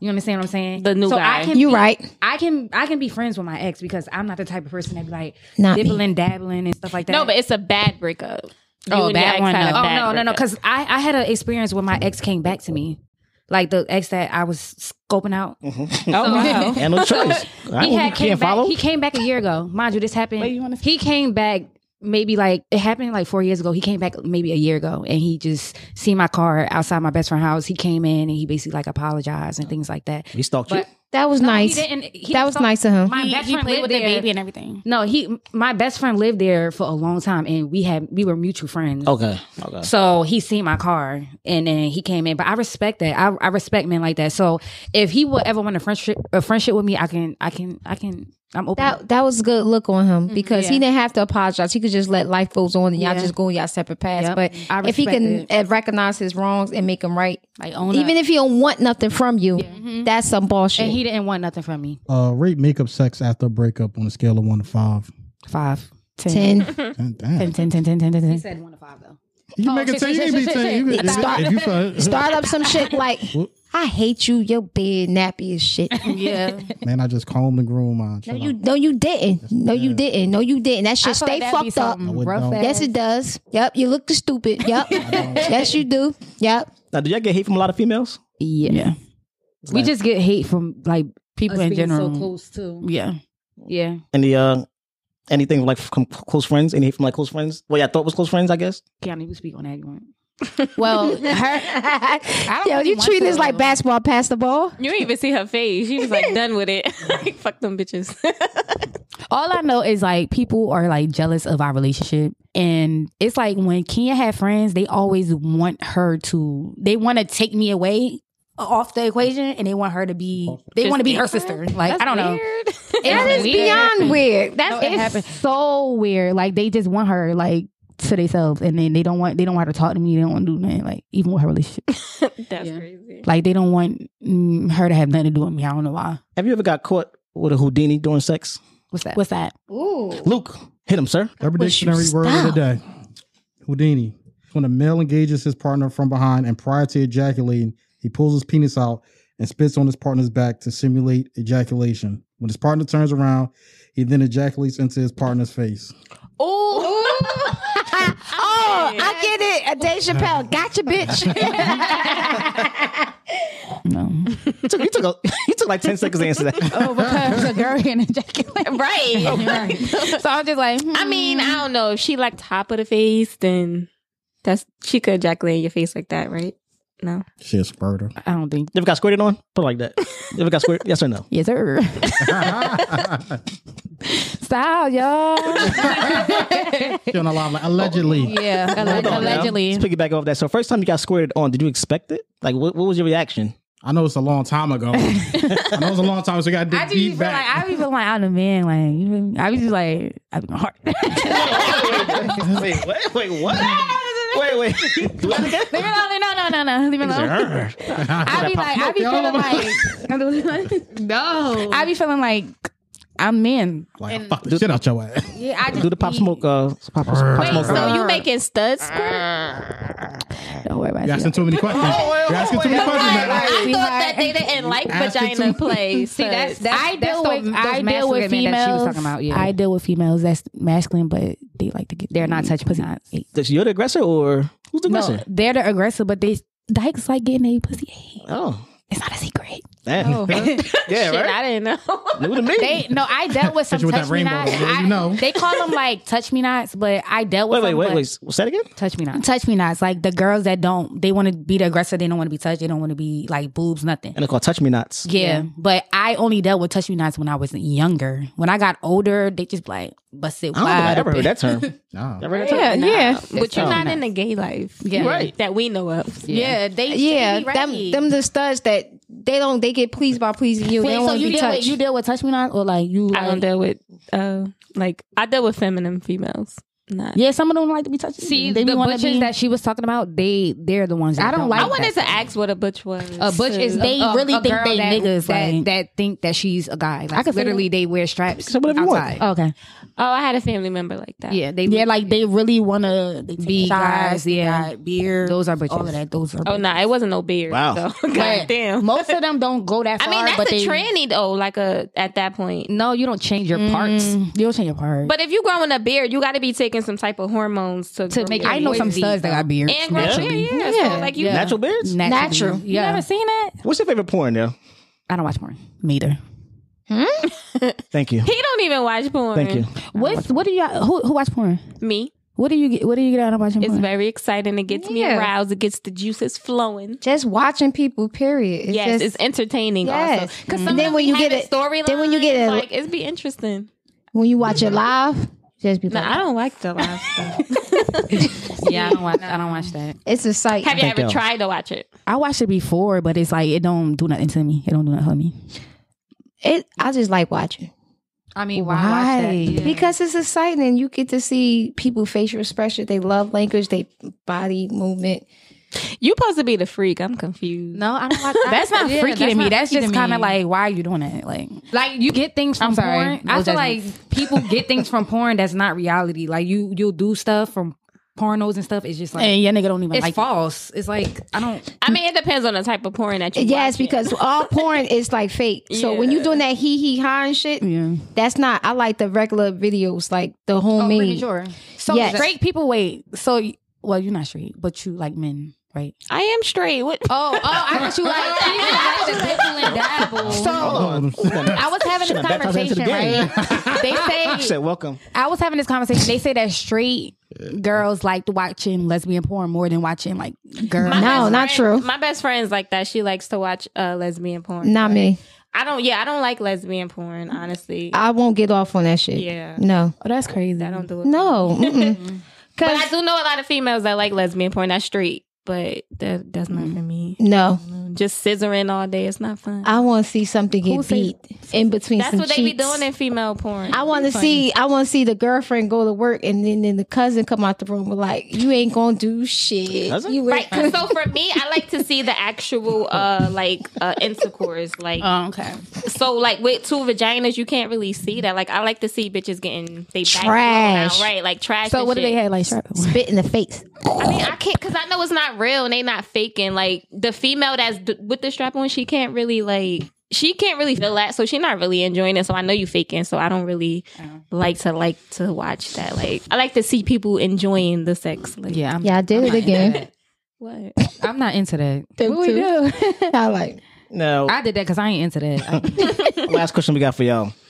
G: You understand what I'm saying?
H: The new
G: so
H: guy.
G: I can
C: You
G: be-
C: right.
G: I can I can be friends with my ex because I'm not the type of person that be like
C: Not me.
G: dibbling, dabbling, and stuff like that.
H: no, but it's a bad breakup. You
I: Oh,
H: and your
I: bad
H: ex
I: one,
H: had a
I: no.
G: oh
H: bad
G: no, no, no,
H: breakup.
G: because I I had an experience when my ex came back to me, like the ex that I was scoping out.
H: Oh wow.
E: And no choice. I
G: he had
E: can't
G: came back,
E: follow.
G: He came back a year ago, mind you. This happened. he came back maybe like it happened like four years ago. He came back maybe a year ago, and he just seen my car outside my best friend's house. He came in and he basically like apologized and things like that.
E: He stalked you.
G: But
C: That was
G: No, he
C: nice.
G: didn't. He-
C: that was
G: so-
C: nice of him.
G: My best
I: he
G: friend
I: played
G: lived
I: with
G: there.
I: their baby and everything.
G: No, he. My best friend lived there for a long time, and we had we were mutual friends.
E: Okay. Okay.
G: So he seen my car and then he came in. But I respect that. I, I respect men like that. So if he would ever want a friendship a friendship with me, I can I can I can I'm open.
C: That that was a good look on him because he
G: Mm-hmm. yeah.
C: didn't have to apologize. He could just let life goes on and y'all
G: Yeah.
C: just go y'all separate paths.
G: Yep.
C: But
G: I
C: if he
G: respect
C: can
G: it.
C: uh, recognize his wrongs and make them right,
G: like own
C: even
G: up. Mm-hmm.
C: if he don't want nothing from you, that's some bullshit.
G: and he didn't want nothing from me.
F: Uh, rate makeup sex after a breakup on a scale of one to five.
G: Five.
C: Ten.
F: Damn, damn.
I: Ten, ten, ten, ten, ten, ten,
G: He
I: ten.
G: said one to five though.
F: You can
G: Oh,
F: make it
G: shit,
F: ten. You
G: shit,
F: can be
G: shit,
F: ten.
G: shit,
F: You
G: shit.
F: can, if,
C: Stop.
F: if you find,
C: Start up some shit like, I hate you. Your bed nappy as shit.
G: Yeah.
F: man, I just calmed and grew my.
C: No, you no, you didn't. No, you didn't. No, you didn't. That shit
I: I feel like
C: stay
I: that'd be
C: fucked up.
I: something
F: would
I: rough
F: know.
I: ass.
C: Yes, it does. Yep, you look stupid. Yep, yes, you do. Yep.
E: Now, do y'all get hate from a lot of females?
I: yeah. We just get hate from like people in general.
G: close too.
I: Yeah.
G: Yeah.
E: Any uh, anything from, like from close friends? Any hate from like close friends? Well, yeah, I thought was close friends. I guess.
G: Keanu, you speak on that. You want?
C: Well, her.
I: don't
C: Yo,
I: really
C: you
I: want
C: treat
I: to,
C: this like
I: though.
C: basketball, pass the ball.
H: You didn't even see her face. She was like done with it. like fuck them bitches.
I: All I know is like people are like jealous of our relationship. And it's like when Kenya had friends, they always want her to, they want to take me away off the equation and they want her to be, they
H: Just
I: want to be her
H: different?
I: sister. Like, I don't know.
H: know.
C: That is
I: weird.
C: beyond weird. That's
I: It's so weird. Like they just want her like to themselves and then they don't want, they don't want her to talk to me. They don't want to do nothing. Like even with her relationship,
H: That's
G: Yeah.
H: crazy.
I: like they don't want mm, her to have nothing to do with me. I don't know why.
E: Have you ever got caught with a Houdini during sex?
G: What's that?
I: What's that?
C: ooh.
E: Luke, hit him, sir.
F: Every
C: Wish you
F: dictionary word of
C: stop.
F: the day. Houdini. It's when a male engages his partner from behind and prior to ejaculating, he pulls his penis out and spits on his partner's back to simulate ejaculation. When his partner turns around, he then ejaculates into his partner's face.
H: Oh,
C: oh, I get it. Uh, Dave Chappelle, gotcha, bitch.
I: No.
E: You took, you took, a, you took like ten seconds to answer that.
I: oh, because the girl can ejaculate.
H: right.
I: so I'm just like, hmm,
H: I mean, I don't know. If she like top of the face, then that's she could ejaculate in your face like that, right? No.
F: She a spurter.
I: I don't think.
E: You ever got squirted on? Put it like that. You ever got squirted? Yes or no?
I: Yes, sir. Style, y'all.
F: She on a lot like, allegedly.
I: yeah,
E: Hold on now.
I: allegedly.
E: Let's piggyback off that. So, first time you got squirted on, did you expect it? Like, what, what was your reaction?
F: I know it's a long time ago. I know it's a long time, so we got to
I: I
F: dig
I: just be
F: deep
I: feel
F: back.
I: like I be feeling like out of man. Like you know, I be just like I be going hard.
E: wait, what? Wait, what? wait, wait. Do that again?
I: leave me alone. No, no, no, no. Leave me alone. I be like I be feeling like no. I be feeling like I'm man.
F: Like, fuck the shit out your ass.
I: Yeah, I just
E: Do the pop
I: be-
E: smoke, uh, pop, pop smoke. uh,
H: So you making studs squirt?
I: Don't worry about
F: You're asking
I: it.
F: too many questions.
I: Oh,
F: You're asking too many questions. man.
H: I thought that
I: Sweetheart.
H: they didn't like
F: Ask it
H: vagina
F: to-
H: play. See,
G: that's-
H: that.
I: I deal
G: those-
I: with
G: those
I: I deal
G: masculine
I: with
G: men that she was
I: females.
G: talking about, yeah.
I: I deal with females. That's masculine, but they like to get.
G: They're not touch pussy.
I: Not-
E: that's- You're the aggressor, or who's the
I: No,
E: aggressor?
I: they're the aggressor, but they dykes like getting a pussy.
E: Oh,
I: It's not a secret.
E: damn. yeah,
H: Oh, shit,
E: right.
H: I didn't know.
E: New to me.
I: They no, I dealt with some
F: Hit you with
I: touch
F: that
I: me
F: rainbow,
I: knots.
F: yeah, you
I: I-
F: know.
I: They call them like touch me knots, but I dealt with
E: wait, wait,
I: them,
E: wait,
I: but-
E: wait. Say that again.
G: Touch me not.
I: Touch me knots, like the girls that don't, they want to be the aggressor. They don't want to be touched. They don't want to be like boobs, nothing.
E: And they call touch me knots.
I: Yeah, but I only dealt with touch me knots when I was younger. When I got older, they just like bust
E: I don't
I: it
E: think I
I: wide.
E: ever heard
I: open.
E: that term.
F: Nah.
E: Ever heard that term?
H: Yeah, yeah. But you're
E: Oh.
H: not in the gay life,
I: Yeah.
E: Right.
H: That we know of.
I: Yeah, they should
C: yeah,
I: be
C: them,
I: ready.
C: them the studs that they don't they get pleased by pleasing you. they
I: Wait,
C: don't
I: so
C: want to be
I: you deal with
C: touched.
I: you deal with touch me knots or like you?
H: I don't
I: like-
H: deal with uh like I deal with feminine females. Not.
I: Yeah, some of them like to be touched.
G: See,
I: they
G: the
I: wanna
G: butches that she was talking about, they they're the ones. That
I: I don't like
H: I wanted to ask what a butch was.
G: A butch is
I: They
G: a, a-
I: really
G: a
I: think
G: girl
I: they
G: that,
I: niggas,
G: that,
I: like-
G: that think that she's a guy. Like, I
I: could
G: could
I: feel
G: literally they wear straps
E: Say whatever you want.
G: outside.
I: Oh, okay.
H: Oh, I had a family member like that.
G: Yeah, they
I: Yeah, like they really want to they take
G: Be
I: shots,
G: guys, yeah.
I: They got beer.
G: Those are bitches.
I: All of that. Those are.
H: Oh no, it wasn't no beard.
E: Wow.
H: So. God damn.
I: Most of them don't go that
H: I
I: far.
H: mean, that's
I: but
H: a
I: they,
H: tranny though. Like a at that point.
G: no, you don't change your parts.
I: Mm, you don't change your part.
H: But if you growing a beard, you got to be taking some type of hormones to,
G: To make
H: your
G: I know some
H: beard.
G: studs that got beards.
H: and grow
E: naturally.
H: yeah, yeah.
C: Yeah.
H: So like you,
G: Yeah.
E: Natural beards.
I: Natural.
C: Natural.
G: Yeah.
I: You never seen that?
E: What's your favorite porn, though?
G: I don't watch porn.
I: Meter.
E: Thank you.
H: he don't even watch porn.
E: Thank you.
I: What's what do y'all who who watch porn?
H: Me.
I: What do you get? What do you get out of watching?
H: It's very exciting. It gets me
C: Yeah.
H: aroused. It gets the juices flowing.
C: Just watching people, period. It's
H: yes,
C: just,
H: it's entertaining.
C: Yes.
H: Also, because
C: Mhm.
H: some
C: Then
H: of
C: when you get
H: a
C: it- then when you get it-
H: like it's be interesting.
C: when you watch it live, just be.
H: No,
C: like,
H: I don't like the live stuff.
I: yeah, I don't watch. I don't watch that.
C: It's a sight.
H: Have you
E: Thank
H: ever
E: y'all.
H: tried to watch it?
I: I watched it before, but it's like it don't do nothing to me. It don't do nothing for me.
C: It. I just like watching.
I: I mean,
C: Because it's exciting. and You get to see people facial expression, they love language, they body movement.
H: You supposed to be the freak. I'm confused.
I: No, I don't watch.
G: That's
I: that's
G: not
I: not
G: Yeah,
I: freaky
G: that's
I: to me.
G: not
I: That's
G: freaky
I: just
G: to
I: kind of
G: me.
I: like, why are you doing that? Like,
G: Like you get things from
I: I'm sorry.
G: porn.
I: No
G: I feel
I: judgments.
G: like people get things from porn that's not reality. Like you, you'll do stuff from pornos and stuff. It's just like
I: and your nigga don't even
G: it's
I: like.
G: false. It's like I don't.
H: I mean, it depends on the type of porn that you.
C: Yes,
H: watching.
C: because all porn is like fake. So when you doing that hee hee ha and
H: Mm.
C: shit,
I: Yeah.
C: that's not. I like the regular videos, like the
H: Oh,
C: homemade.
I: Oh, sure. So
C: Yes.
I: straight people wait. So y- well, you're not straight, but you like men, right?
H: I am straight. What?
I: Oh, oh, I thought you like
F: Oh,
I: so I was having this conversation, right? They
E: I said,
I: say
E: welcome.
I: I was having this conversation. They say that straight girls like watching lesbian porn more than watching like girls.
C: No,
H: best
C: not
H: friend-
C: true.
H: My best friend's like that. She likes to watch uh, lesbian porn.
C: Not me.
H: I don't. Yeah, I don't like lesbian porn. Honestly,
C: I won't get off on that shit.
H: Yeah.
C: No.
I: Oh, that's crazy.
H: I don't do it.
C: No.
H: but
C: Because
H: I do know a lot of females that like lesbian porn. That's straight, but that that's not for me.
C: no,
H: Just scissoring all day. It's not fun.
C: Mm. I want to see something
I: Who
C: get
I: say-
C: beat in between.
H: That's
C: some
H: what they be
C: cheeks.
H: doing in female porn.
C: I want to see. I want to see the girlfriend go to work, and then, then the cousin come out the room with like, "You ain't gonna do shit."
E: Cousin?
C: You
H: Right. 'cause So for me, I like to see the actual uh like uh intercourse. Like
I: Oh, okay.
H: so like with two vaginas, you can't really see that. Like I like to see bitches getting they back blown
C: Trash.
H: out, right? Like trash.
I: So
H: and
I: what do
H: shit.
I: they have like? strap-
C: spit in the face.
H: I mean, I can't because I know it's not real and they not faking. Like the female that's d- with the strap on, she can't really like she can't really feel that, so she not really enjoying it. So I know you faking, so I don't really like to like to watch that. Like I like to see people enjoying the sex. Like
G: Yeah, I'm,
C: Yeah, I did it again.
H: what?
G: I'm not into that.
C: Them
G: What we do?
C: two. I like.
E: Now,
G: I did that because I ain't into that. I-
E: last question we got for y'all.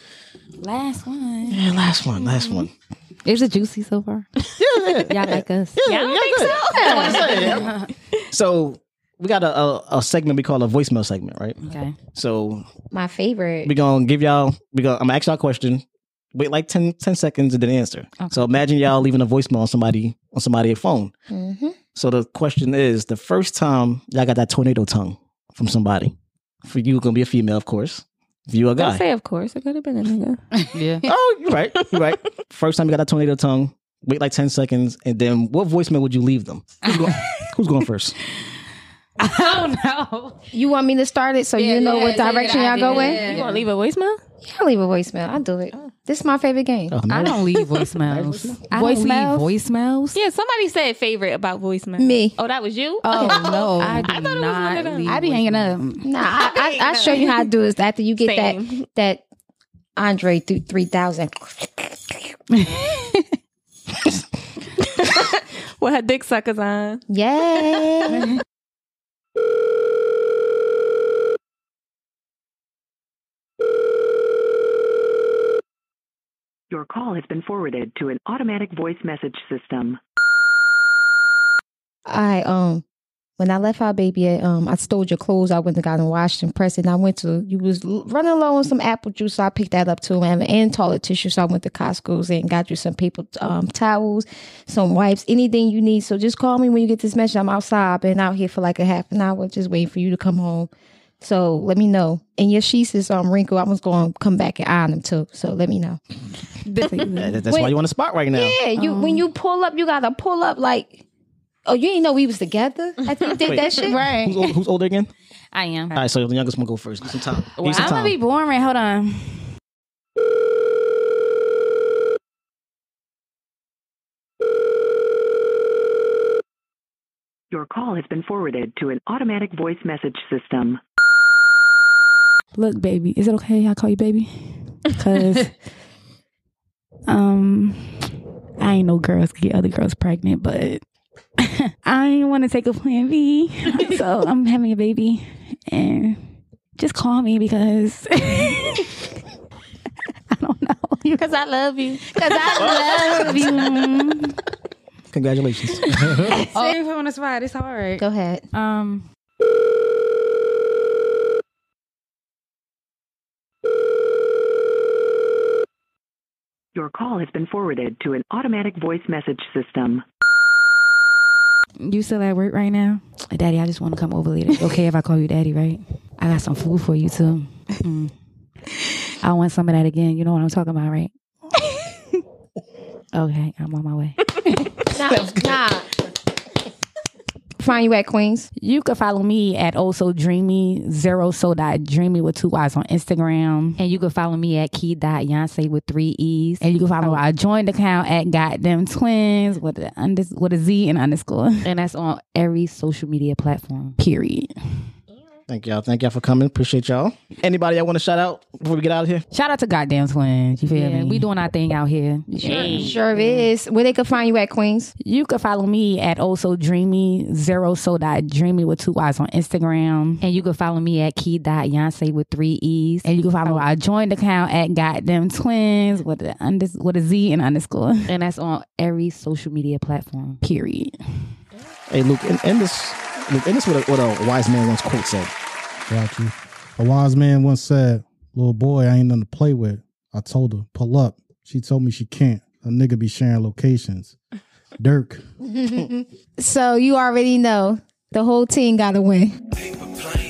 E: Mm-hmm.
I: Last one.
E: Yeah, last one, last one.
G: Is it juicy so far?
E: Yeah, yeah.
G: Y'all like us?
E: Yeah,
H: I don't
E: yeah,
H: think
E: good.
H: so.
E: Yeah, I'm saying, yeah. So we got a, a, a segment we call a voicemail segment, right?
I: Okay.
E: So
C: My favorite.
E: we gonna give y'all we gonna I'm gonna ask y'all a question, wait like 10, 10 seconds and then answer. So imagine y'all leaving a voicemail on somebody on somebody's phone.
H: Mm-hmm.
C: Mhm.
E: So the question is the first time y'all got that tornado tongue from somebody. For you gonna be a female, of course. If you a
H: Don't
E: guy.
H: say of course. It could have been a nigga.
G: Yeah.
E: Oh, you're right. You're right. First time you got that tornado tongue, wait like 10 seconds, and then what voicemail would you leave them? Who's going, who's going first?
G: I don't know.
C: You want me to start it so you know what direction y'all go in?
H: You gonna leave a voicemail?
C: Y'all leave a voicemail. I do it. This is my favorite game.
E: Oh,
G: I
E: man.
G: don't leave voicemails. I don't leave
C: Voicemails?
G: voicemails.
H: Yeah, somebody said favorite about voicemail.
C: Me.
H: Oh, that was you?
G: Oh no, I, do
H: thought it was one
G: not
H: of them.
G: leave
I: I be hanging
G: voicemails.
I: up.
C: Nah, I, I, I show you how I do is after you get
H: Same.
C: that that Andre through three thousand.
H: With her dick suckers on.
C: Yay!
A: Your call has been forwarded to an automatic voice message system.
C: I um when I left our baby, at, um I stole your clothes. I went and got them washed and pressed, and I went to you was l- running low on some apple juice, so I picked that up too, and, and toilet tissue. So I went to Costco's and got you some paper um towels, some wipes, anything you need. So just call me when you get this message. I'm outside. I've been out here for like a half an hour, just waiting for you to come home. So let me know. And your sheets is um wrinkled. I was going to come back and iron them too. So let me know.
E: Yeah, that- that's why you on the spot right now.
C: Yeah, you when you pull up, you gotta pull up like. Oh, you didn't know we was together. I think did that shit right.
E: Who's, old, who's older again?
G: I am.
E: All right, so the youngest one go first. Give some time. Give some
I: I'm gonna
E: time.
I: be boring. Hold on.
A: Your call has been forwarded to an automatic voice message system.
I: Look, baby, is it okay? I call you baby because um, I ain't no girls get other girls pregnant, but I ain't want to take a plan B, so I'm having a baby, and just call me because I don't know.
H: Because I love you.
I: Because I love you.
E: Congratulations.
G: oh, you put me on the spot. It's hard.
C: Go ahead.
G: Um.
A: Your call has been forwarded to an automatic voice message system.
G: You still at work right now? Daddy, I just want to come over later. Okay, if I call you daddy, right? I got some food for you too. Mm. I want some of that again. You know what I'm talking about, right? okay, I'm on my way.
C: Nah, nah. Find you at Queens.
I: You can follow me at also dreamy zero so dot dreamy with two eyes on Instagram.
G: And you can follow me at key dot Yonsei with three E's.
I: And you can follow our joined account at Goddamn Twins with a under, with a Z and underscore.
G: And that's on every social media platform.
I: Period.
E: Thank y'all. Thank y'all for coming. Appreciate y'all. Anybody I want to shout out before we get out of here?
I: Shout out to Goddamn Twins. You feel
G: Yeah,
I: me?
G: we doing our thing out here.
C: Sure, sure is. Where they could find you at Queens.
I: You can follow me at also dreamy zero so dot dreamy with two eyes on Instagram.
G: And you can follow me at key dot Yonsei with three E's.
I: And you can follow our joined account at Goddamn Twins with a under, with a Z and underscore.
G: And that's on every social media platform.
I: Period.
E: Hey, Luke, end, end this. Luke, end this with a, with a wise man once quote said.
F: Got you. A wise man once said, Little boy, I ain't nothing to play with. I told her, pull up. She told me she can't. A nigga be sharing locations. Dirk.
C: so you already know the whole team got to win.
B: Paper plane.